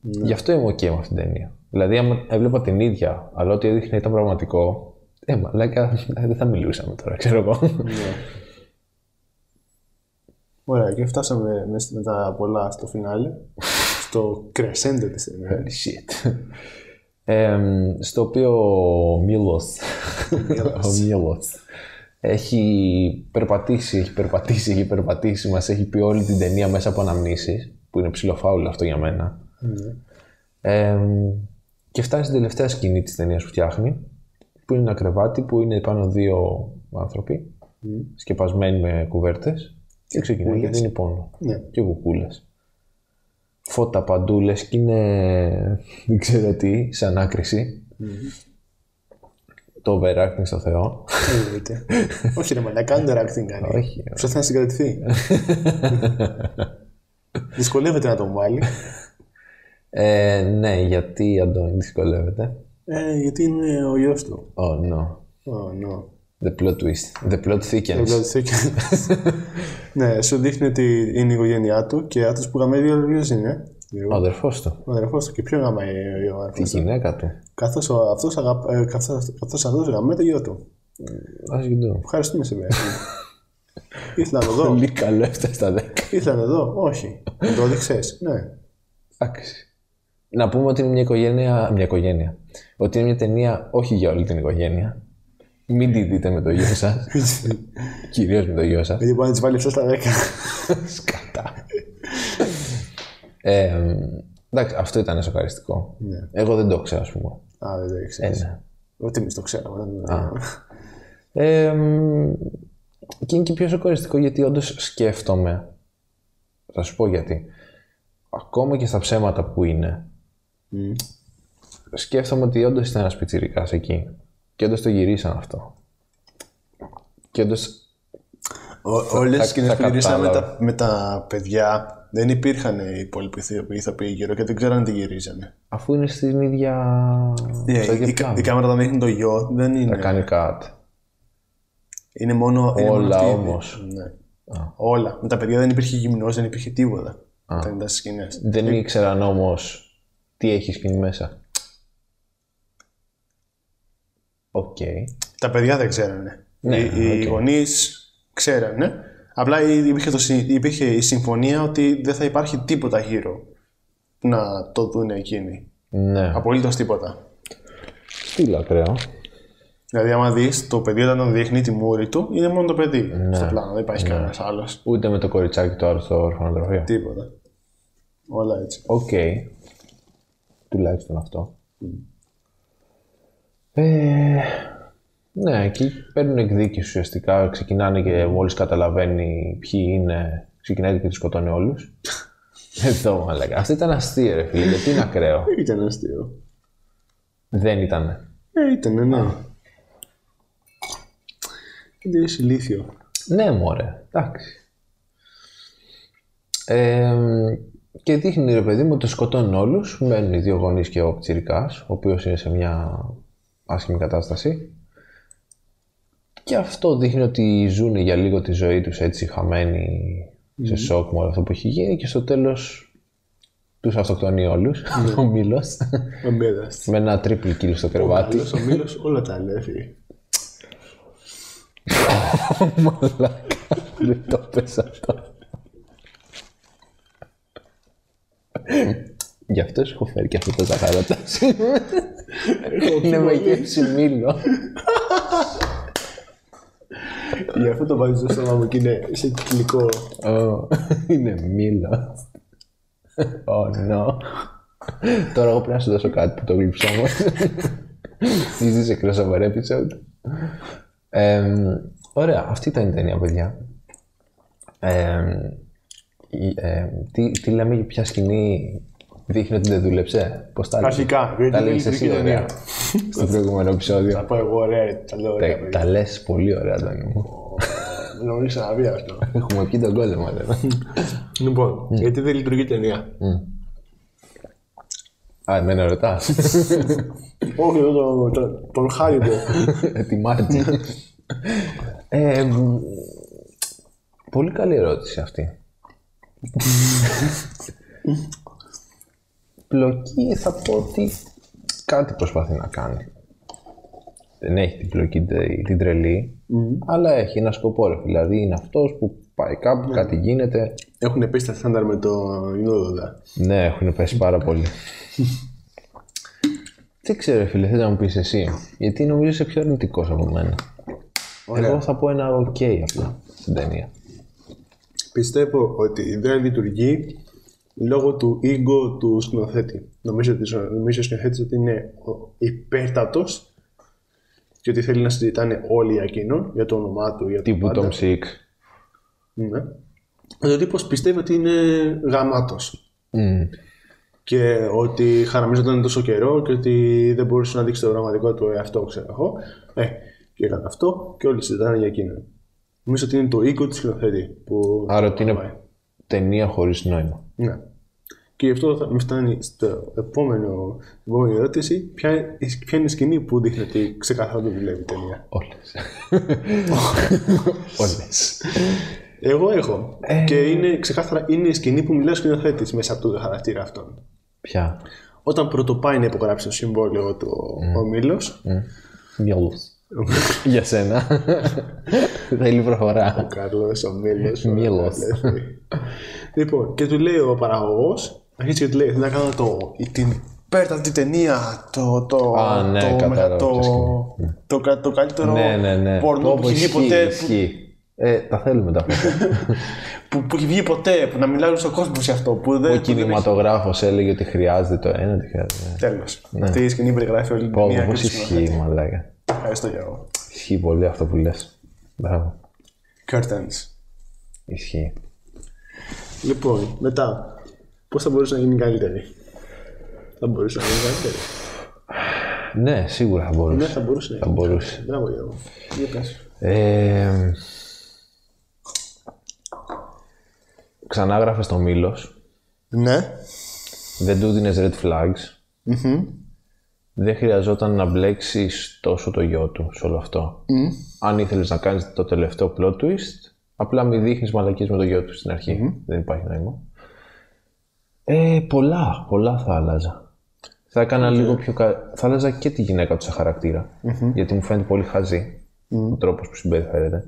Γι' αυτό είμαι OK με αυτήν την ταινία. Δηλαδή, άμα έβλεπα την ίδια, αλλά ό,τι έδειχνε ήταν πραγματικό. Ε, μαλάκα, δεν θα μιλούσαμε τώρα, ξέρω εγώ. Ωραία, και φτάσαμε μες, με τα πολλά στο φινάλε. στο κρεσέντε τη Ναι. ταινία. Shit. Ε, στο οποίο ο Μίλος, ο Μίλος Έχει περπατήσει, έχει περπατήσει, έχει περπατήσει. Μας έχει πει όλη την ταινία μέσα από αναμνήσεις, που είναι ψηλοφάουλο αυτό για μένα. Ε, και φτάνει στην τελευταία σκηνή της ταινίας που φτιάχνει, που είναι ένα κρεβάτι που είναι πάνω δύο άνθρωποι, σκεπασμένοι με κουβέρτες, και ξεκινάει και Κουκούλες. δίνει πόνο. Ναι. Και κουκούλες. Φώτα παντού, λες και είναι δεν ξέρω τι, σαν άκρηση. Mm-hmm. Το overacting στο Θεό. Εννοείται. Όχι, ρε μαλάκα, underacting κάνει. Όχι. Προσπαθεί να συγκρατηθεί. Δυσκολεύεται να τον βάλει. Ε, ναι, γιατί η Αντώνη δυσκολεύεται. Ε, γιατί είναι ο γιος του. Oh no. Oh, no. The plot twist. The plot thickens. Ευλογηθεί και- ναι, σου δείχνει ότι είναι η οικογένειά του και αυτό που γαμάει δύο ποιο είναι. Ο αδερφός του. Ο αδερφός του και ποιο γαμάει ο- ο αδερφό Η γυναίκα του. Καθώς αυτό γαμάει το γιο του. Ας γιντού. Ευχαριστούμε σε μένα. Ήθελα να το δω. Πολύ καλό έφτασε στα 10. Ήθελα να το δω. Όχι. Μου το έδειξε. Ναι. Εντάξει. Να πούμε ότι είναι μια οικογένεια. Μια οικογένεια. Ότι είναι μια ταινία όχι για όλη την οικογένεια. Μην τη δείτε με το γιο σας. (laughs) Κυρίως με το γιο σας. Γιατί μπορεί να της βάλει 7 στα 10. Σκατά. Ε, εντάξει, αυτό ήταν σοκαριστικό. Ναι. Εγώ δεν το ξέρω, ας πούμε. Α, δεν το ήξερες. Ένα. Ούτε εμείς το ξέραμε. δεν- Ε, μ, και είναι και πιο σοκαριστικό γιατί όντως σκέφτομαι. Θα σου πω γιατί. Ακόμα και στα ψέματα που είναι, Μμ. σκέφτομαι ότι όντως ήταν ένας πιτσυρικά εκεί. Και όντω το γυρίσαν αυτό. Και όντω. Ο- Όλες οι σκηνές θα που γυρίσαμε με κατάλαβα. τα, με τα παιδιά δεν υπήρχαν οι υπόλοιποι ηθοποιοί- ηθοποιοί γύρω και δεν ξέραν τι γυρίζανε. Αφού είναι στην ίδια. Ναι, Η- στο ίδιο η, πλάνο. η κάμερα όταν δείχνει το γιο δεν Θα είναι. κάνει κάτι. Είναι μόνο. είναι μόνο Όλα αυτή η- όμως. Ναι. Όλα. Με τα παιδιά δεν υπήρχε γυμνός, δεν υπήρχε τίποτα. Ήταν τα σκηνές. Δεν ήξεραν όμως τι έχεις σκηνή μέσα. Οκ. Τα παιδιά δεν ξέρανε. Ναι, οι οι οκ. γονείς ξέρανε. Απλά υπήρχε, το, συ- υπήρχε η συμφωνία ότι δεν θα υπάρχει τίποτα γύρω να το δουν εκείνοι. Ναι. Απολύτως τίποτα. Πολύ ακραίο. Δηλαδή, άμα δεις το παιδί όταν τον δείχνει τη μούρη του, είναι μόνο το παιδί στο πλάνο. Δεν υπάρχει κανένας άλλος. Ούτε με το κοριτσάκι του άλλου στο ορφανοτροφείο. Τίποτα. Όλα έτσι. Οκ. Τουλάχιστον αυτό. Ε, ναι, εκεί παίρνουν εκδίκηση ουσιαστικά. Ξεκινάνε και μόλις καταλαβαίνει ποιοι είναι, ξεκινάει και του σκοτώνει όλους. Εδώ, μαλακά. Αυτό ήταν αστείο, ρε φίλε, γιατί είναι ακραίο. Ήταν αστείο. Δεν ήταν. Ε, ήταν, ναι. Είναι ηλίθιο. Ναι, μωρέ. Εντάξει. Ε, και δείχνει ρε παιδί μου ότι το σκοτώνουν όλους. Μένουν οι δύο γονείς και ο Πτσυρικά, ο οποίος είναι σε μια άσχημη κατάσταση. Και αυτό δείχνει ότι ζουν για λίγο τη ζωή τους έτσι χαμένοι σε σοκ με όλο αυτό που έχει γίνει και στο τέλος τους αυτοκτονεί όλους (laughs) ο Μήλος Αμπέδαστο. με ένα triple kill στο κρεβάτι. Ο Μήλος όλα τα (laughs) λέει. Μαλάκα, δεν το πες αυτό. Γι' αυτό σου έχω φέρει και αυτό το ζαχαρόταση. Είναι με γεύση μήλο. Γι' αυτό το βάζεις στο στόμα μου και είναι σε κυκλικό. Ω, Είναι μήλο. Oh no. Τώρα εγώ πρέπει να σου δώσω κάτι που το γλύψα όμως. Is this a crossover episode? Εμ, ωραία, αυτή ήταν η ταινία, παιδιά. Εμ, η- εμ, τι, τι λέμε για ποια σκηνή δείχνει ότι δεν δούλεψε, πώς τα λέγεις. Αρχικά, δεν Τα ήταν λέγεις ηλεκτρική εσύ ωραία ταινία. στο προηγούμενο επεισόδιο. Θα πω εγώ ωραία, τα λέω ωραία. Τα- Τα λες πολύ ωραία, Αντώνη μου. Νομίζω να βγει αυτό. Έχουμε πει τον κόλλο, μάλλον. Λοιπόν, γιατί δεν λειτουργεί η ταινία. Α, εμένα ρωτάς. Όχι, εγώ τον- τον- τον (laughs) χάριτο. Τη Μάρτιν. ε, μ, πολύ καλή ερώτηση αυτή. πλοκή θα πω ότι κάτι προσπαθεί να κάνει. Δεν έχει την πλοκή τε- την τρελή, αλλά έχει ένα σκοπό ρε. Δηλαδή είναι αυτός που πάει κάπου, κάτι γίνεται. Έχουν πέσει τα στάνταρ με το Ινόδοντα. Ναι, έχουν πέσει πάρα πολύ. Δεν ξέρω φίλε, θέλω να μου πεις εσύ, γιατί νομίζω είσαι πιο αρνητικός από μένα. Εγώ θα πω ένα οκ απλά στην ταινία. Πιστεύω ότι δεν λειτουργεί λόγω του ego του σκηνοθέτη. Νομίζω, ότι- νομίζω ο σκηνοθέτης ότι είναι ο- υπέρτατος και ότι θέλει να συζητάνε όλοι για εκείνον, για το όνομά του, για το Τύπου Tom Six. Ναι. Ο τύπος πιστεύει ότι είναι γαμάτος. Μμμ. και ότι χαραμίζονταν τόσο καιρό και ότι δεν μπορούσε να δείξει το πραγματικό του εαυτό, ξέρω εγώ. Ε, και έκανε αυτό και όλοι συζητάνε για εκείνον. Νομίζω ότι είναι το οίκο του σκηνοθέτη που. Άρα ότι είναι ταινία χωρίς νόημα. Ναι. Και γι' αυτό θα με φτάνει στο επόμενο, στην επόμενη ερώτηση. Ποια, ποια είναι η σκηνή που δείχνει ότι ξεκαθαρά το δουλεύει η ταινία. Όλες. Όλες. Εγώ έχω. Και είναι ξεκάθαρα είναι η σκηνή που μιλάει ο σκηνοθέτη μέσα από τον χαρακτήρα αυτόν. Πια. Όταν πρωτοπάει να υπογράψει το συμβόλαιο του ο Μήλος, Για (laughs) όλους. Για σένα. Θέλει προφορά. Ο Κάρλος, ο Μήλος. Μήλος. λοιπόν, και του λέει ο παραγωγός, αρχίζει και του λέει: Θέλω να κάνω το, την πέρτατη ταινία, το, το, Α, ναι, το, κατάλαβα το, ποια σκηνή. το, κα- το καλύτερο Ναι, ναι, ναι. πορνό Πω, που πω, έχει βγει ισχύει, ποτέ. Που, ισχύει. Ε, τα θέλουμε τα πράγματα. που, που έχει βγει ποτέ, που να μιλάει στον κόσμο σε αυτό. Που δεν, Ο κινηματογράφος έλεγε ότι χρειάζεται το ένα, ότι χρειάζεται. Τέλο. Αυτή η σκηνή περιγράφει όλη την Πώ ταινία. και τους σκηνοθέτες. Ναι. ισχύει, μαλάκα. Ευχαριστώ Γιώργο. Ισχύει πολύ αυτό που λες. Μπράβο. Curtains. Ισχύει. Λοιπόν, μετά. Πώς θα μπορούσε να γίνει καλύτερη. Θα μπορούσε να γίνει καλύτερη. Ναι, σίγουρα θα Ναι, μπορούσε. θα μπορούσε να Θα γίνει. μπορούσε. Μπράβο, Γιώργο. Για πες. Ε, ξανά γράφε το μήλος. Ναι. Δεν του δίνες red flags. Δεν χρειαζόταν να μπλέξεις τόσο το γιο του σε όλο αυτό. Αν ήθελες να κάνεις το τελευταίο plot twist, απλά μη δείχνεις μαλακίες με το γιο του στην αρχή. Δεν υπάρχει νόημα. Ε, πολλά, πολλά θα άλλαζα. Θα έκανα λίγο πιο. κα- Θα άλλαζα και τη γυναίκα του σε χαρακτηρα Γιατί μου φαίνεται πολύ χαζή ο τρόπος που συμπεριφέρεται.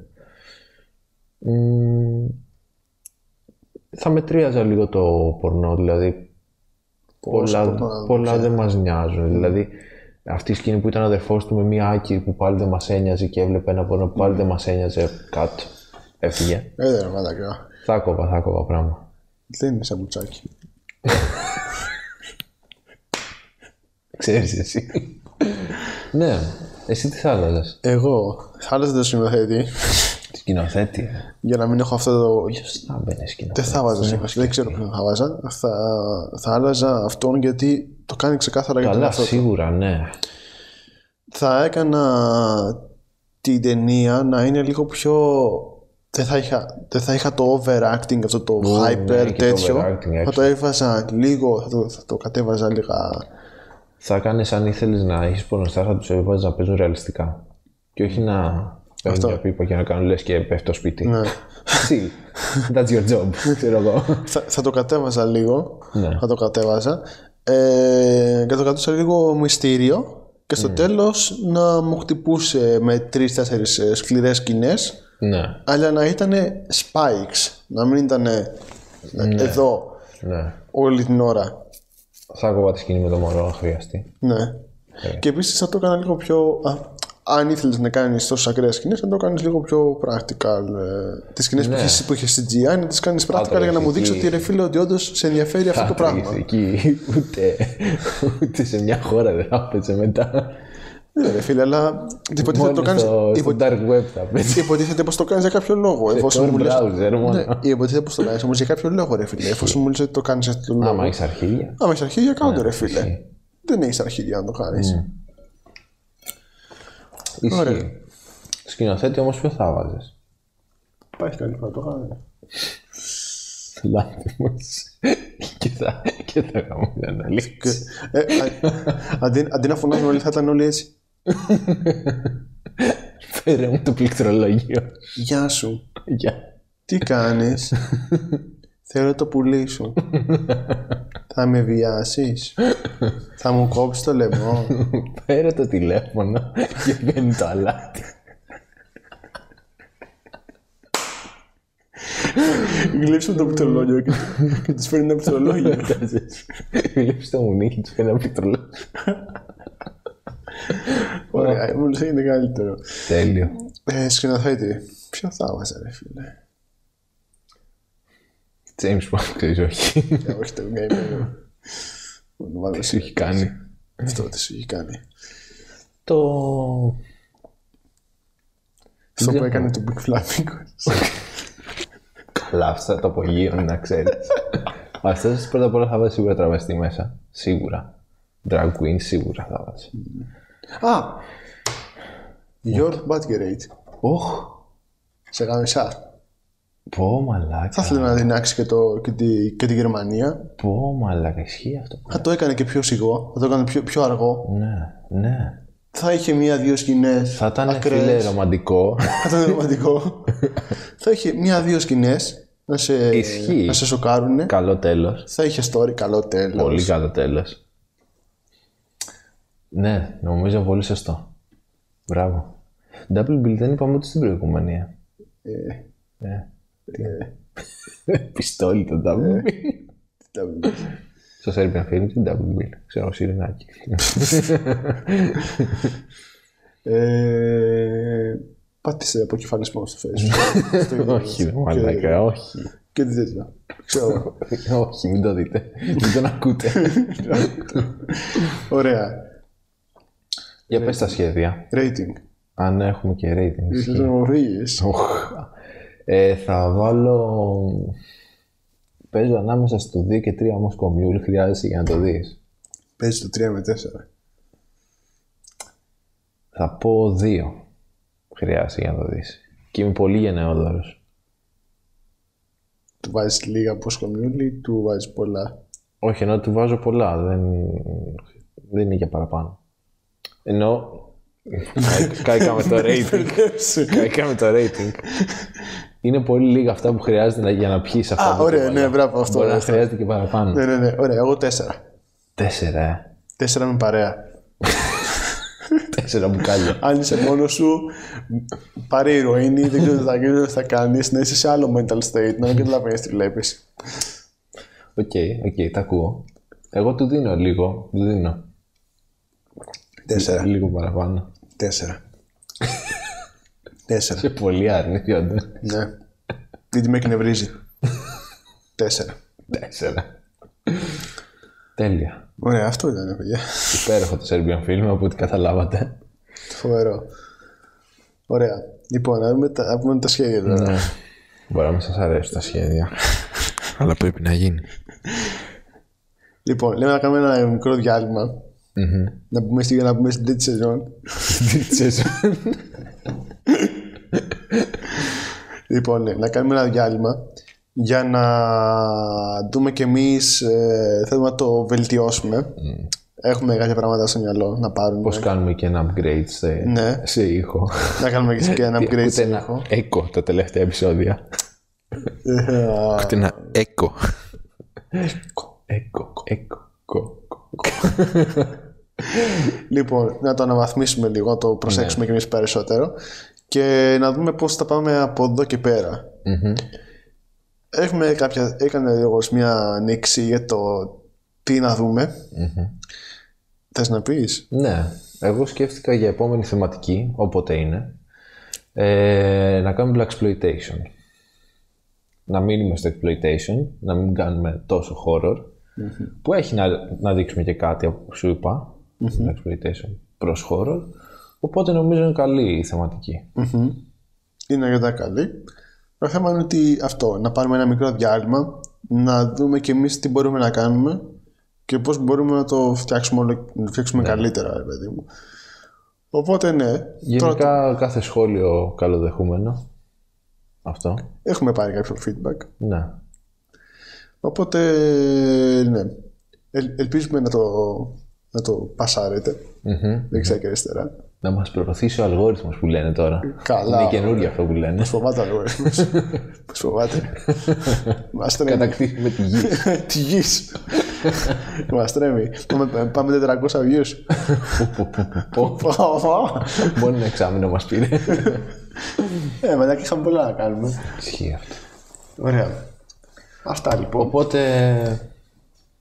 Μμμ, θα μετρίαζα λίγο το πορνό, δηλαδή πολλά, πολλά δεν μας νοιάζουν. Δηλαδή, αυτή η σκηνή που ήταν αδερφός του με μία άκυρη που πάλι δεν μας ένοιαζε και έβλεπε ένα πόνο που πάλι δεν μας ένοιαζε, κάτ, έφυγε. Ε, δεν μαλακά. θα κόβα, θα κόβα πράγμα. Δεν είναι σαμπουτσάκι. Ξέρεις εσύ. ναι, εσύ τι θα άλλαζες. Εγώ θα άλλαζα το σκηνοθέτη Σκηνοθέτη. ε. για να μην έχω αυτό το. Ποιος θα μπαινε σκηνοθέτη. Δεν θα άλλαζα σκηνοθέτη. Δεν ξέρω ποιον θα άλλαζα. Θα, θα άλλαζα αυτόν γιατί το κάνει ξεκάθαρα για τον Καλά, εαυτό του. σίγουρα, ναι. θα έκανα την ταινία να είναι λίγο πιο... Δεν θα είχα, δεν θα είχα το overacting, αυτό το hyper ναι, και το τέτοιο. overacting, θα το έβαζα λίγο, θα το, θα το κατέβαζα λίγα. Θα κάνεις αν ήθελες να έχεις πορνοστάρ, θα τους έβαζες να παίζουν ρεαλιστικά. Και όχι να παίρνουν μια πίπα και να κάνουν λες και πέφτει το σπίτι. Ναι. Still, that's your job, (laughs) ξέρω εγώ. θα, θα το κατέβαζα λίγο. Ναι. Θα το κατέβαζα. Ε, και το κρατούσα λίγο μυστήριο. Και Ναι. στο τέλος να μου χτυπούσε με τρεις-τέσσερις ε, σκληρές σκηνές. ναι, Αλλά να ήταν spikes. Να μην ήταν εδώ ναι. όλη την ώρα. Θα ακούγα τη σκηνή με το μωρό αν χρειαστεί. Ναι. Ε. Και επίσης θα το έκανα λίγο πιο. Α, αν ήθελες να κάνεις τόσες ακραίες σκηνές, να το κάνεις λίγο πιο practical. Ε, τις Ναι. σκηνές που έχει που έχεις CGI, να τις κάνεις practical για να μου δείξεις ότι ρε φίλε, ότι όντως σε ενδιαφέρει αυτό το πράγμα. Εκεί ούτε, ούτε σε μια χώρα δεν θα έπαιζε μετά. Ναι, ρε φίλε, αλλά υποτίθεται Μόνο το κάνεις. στο, στο dark web θα παίζει. Υποτίθεται πως το κάνεις για κάποιο λόγο. Εφόσον Στον μου λες- browser μόνο. Ναι, υποτίθεται πως το κάνεις όμως για κάποιο λόγο, ρε φίλε. Εφόσον μου λες ότι το κάνεις για αυτό το λόγο. Άμα έχεις αρχίδια. Άμα έχεις αρχίδια, κάνω το ρε φίλε. Δεν έχεις αρχίδια να το κάνεις. Ωραία. Ισχύει. Σκηνοθέτη όμως ποιο θα βάζεις. Υπάρχει κανεί να το κάνει. Λάθη μας. και θα, και θα κάνουμε την αναλύση. Ε, α- αντί, αντί να φωνάζουν όλοι, θα ήταν όλοι έτσι. Φέρε μου το πληκτρολόγιο. Γεια σου. Γεια. Τι κάνεις. Θέλω το πουλί σου. θα με βιάσεις. θα μου κόψεις το λαιμό. Πέρα το τηλέφωνο και μπαίνει το αλάτι. Γλύψουν το πτρολόγιο και, και τους φέρνει ένα πτρολόγιο. Κοιτάζεις. Βλέπεις το μουνί και τους φέρνει ένα πληκτρολόγιο. Ωραία, μου λέει είναι καλύτερο. Τέλειο. Ε, σκηνοθέτη. Ποιο θα έβαζα, ρε φίλε. James Bond, ξέρεις, όχι. Ε, Όχι το gamer. Μόνο βάλε Τι σου έχει κάνει. Αυτό τι σου έχει κάνει. Το... Αυτό που ξέρω. έκανε το Big Flamingo. Καλά, αυτά το απογείων, να ξέρεις. Αυτές πρώτα απ' όλα θα βάζει σίγουρα τραβεστή μέσα. Σίγουρα. Drag queen σίγουρα θα βάζει. Α! Your Batgerate. Οχ, Σε γάμισα. πω Θα μαλάκα. ήθελα να δυνάξει και, το, και, τη, και τη Γερμανία. Πω μαλάκα, ισχύει αυτό. Θα το έκανε και πιο σιγό. Θα το έκανε πιο, πιο αργό. Ναι, ναι. Θα είχε μία-δύο σκηνές. Θα ήταν φίλε ρομαντικό. (laughs) Θα ήταν ρομαντικό. θα είχε μία-δύο σκηνές να σε, Ισχύει. να σε σοκάρουν. καλό τέλος. Θα είχε story, καλό τέλος. Πολύ καλό τέλος. Ναι, νομίζω πολύ σωστό. Μπράβο. Double bill δεν είπαμε ούτε στην προηγούμενη. ε. Ε, Ε, (laughs) τι. Πιστόλι το double bill. τα- Στο Serbian Film την double bill. Ξέρω, ο (laughs) Σιρινάκη. ε, πάτησε αποκεφαλισμός στο (laughs) facebook. στο YouTube όχι, ρε μαλάκα, όχι. και τι τέτοια. Ξέρω. (laughs) όχι, μην το δείτε. μην τον ακούτε. (laughs) Ωραία. Για πες τα σχέδια. Rating. Αν έχουμε και ratings. Είσαι ομορφίε. Οχ. Ε, θα βάλω... Παίζω ανάμεσα στο 2 και 3 όμως κομιούλ, χρειάζεσαι για να το δεις. Παίζει το 3 με 4. Θα πω 2. Χρειάζεσαι για να το δεις. Και είμαι πολύ γενναιόδωρος. Του βάζεις λίγα από σκομιούλι, του βάζεις πολλά. Όχι, ενώ του βάζω πολλά, δεν, δεν είναι για παραπάνω. Ενώ... Κάηκαμε (laughs) το rating. Κάηκαμε το rating. Είναι πολύ λίγα αυτά που χρειάζεται να- για να πιείς αυτά. Α, που ωραία, βάλα. ναι, μπράβο αυτό. Μπορεί να αυτό. χρειάζεται και παραπάνω. Ναι, ναι, ναι, ωραία, εγώ 4. Τέσσερα, ε. 4 με παρέα. Τέσσερα μπουκάλια. Αν είσαι μόνος σου, πάρε ηρωίνη, δεν ξέρω τι θα γίνει, τι θα κάνεις, να είσαι σε άλλο mental state, να μην καταλαβαίνεις τι βλέπεις. Οκ, οκ, τα ακούω. Εγώ του δίνω λίγο. Του δίνω. 4. Λίγο παραπάνω. 4. 4. Και πολύ αρνητικό. Ναι. Γιατί με εκνευρίζει. 4. Τέσσερα. Τέλεια. Ωραία, αυτό ήταν, παιδιά. Υπέροχο το Serbian Film, από ό,τι καταλάβατε. Φοβερό. Ωραία. Λοιπόν, να δούμε τα, να πούμε τα σχέδια τώρα. Ναι. Μπορεί να μην σας αρέσουν τα σχέδια. Αλλά πρέπει να γίνει. Λοιπόν, λέμε να κάνουμε ένα μικρό διάλειμμα. Να πούμε στη- να πούμε στην τρίτη σεζόν. Λοιπόν, ναι, να κάνουμε ένα διάλειμμα για να δούμε κι εμείς, ε, θέλουμε να το βελτιώσουμε. Έχουμε κάποια πράγματα στο μυαλό να πάρουμε. Mm. Πώς κάνουμε και ένα upgrade σε, Ναι, σε ήχο. να κάνουμε (laughs) και- και ένα Τι, upgrade. Ακούτε ένα echo τα τελευταία επεισόδια. Ε, α, Ακούτε ένα echo. Echo. Echo. Κο- κο- Λοιπόν, να το αναβαθμίσουμε λίγο, να το Ναι. προσέξουμε κι εμείς περισσότερο και να δούμε πώς θα πάμε από εδώ και πέρα. Μμμ. Έχουμε κάποια, έκανε λίγο μια ανοίξη για το τι να δούμε. Θες να πεις? Ναι, εγώ σκέφτηκα για επόμενη θεματική, όποτε είναι, ε, να κάνουμε Black Exploitation. Να μείνουμε στο Exploitation, να μην κάνουμε τόσο horror, που έχει να, να δείξουμε και κάτι που σου είπα, Black Exploitation προς horror, οπότε νομίζω είναι καλή η θεματική. Είναι αρκετά καλή. Το θέμα είναι ότι αυτό, να πάρουμε ένα μικρό διάλειμμα, να δούμε και εμείς τι μπορούμε να κάνουμε και πώς μπορούμε να το φτιάξουμε, όλο, να το φτιάξουμε Ναι. καλύτερα, ρε παιδί μου. Οπότε ναι, Γενικά κάθε σχόλιο καλοδεχούμενο. Αυτό. έχουμε πάρει κάποιο feedback. Ναι. Οπότε ναι, ελ, ελπίζουμε να το, να το πασάρετε Μμμ. δεξιά και αριστερά. Να μας προωθήσει ο αλγόριθμος που λένε τώρα. Καλά. Είναι καινούργιο αυτό που λένε. Μας φοβάται ο (laughs) αλγόριθμος. Μας φοβάται. Μας τρέμει. Κατακτήσει (laughs) με τη (laughs) γης. Τη γης. Μας τρέμει. Πάμε- Πάμε 400 views. Μόνο ένα εξάμεινο μας πήρε. (laughs) Ε, μετά και είχαμε πολλά να κάνουμε. Ισχύει αυτό. Ωραία. Αυτά λοιπόν. Οπότε.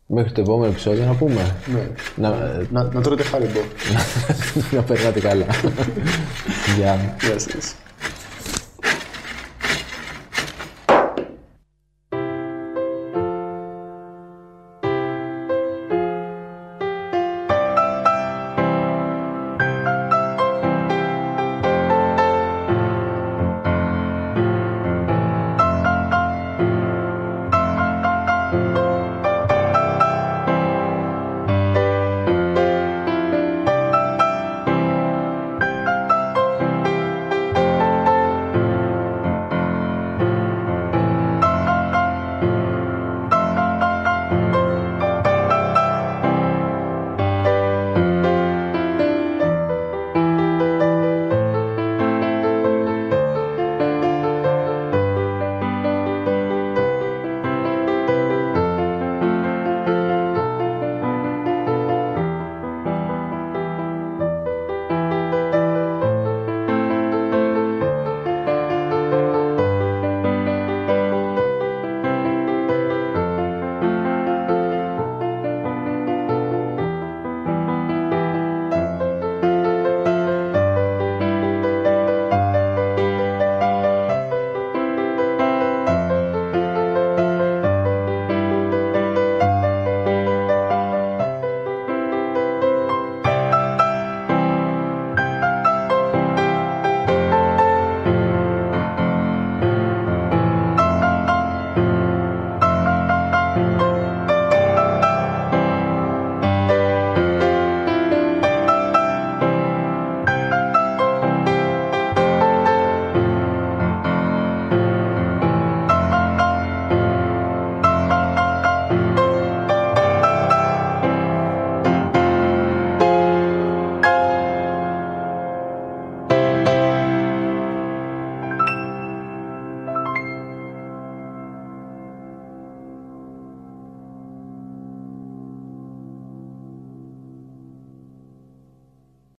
Μέχρι το επόμενο επεισόδιο να πούμε. Ναι. Να, Να, να τρώτε χάρη, Μπο. να περνάτε καλά. Γεια. Γεια σας.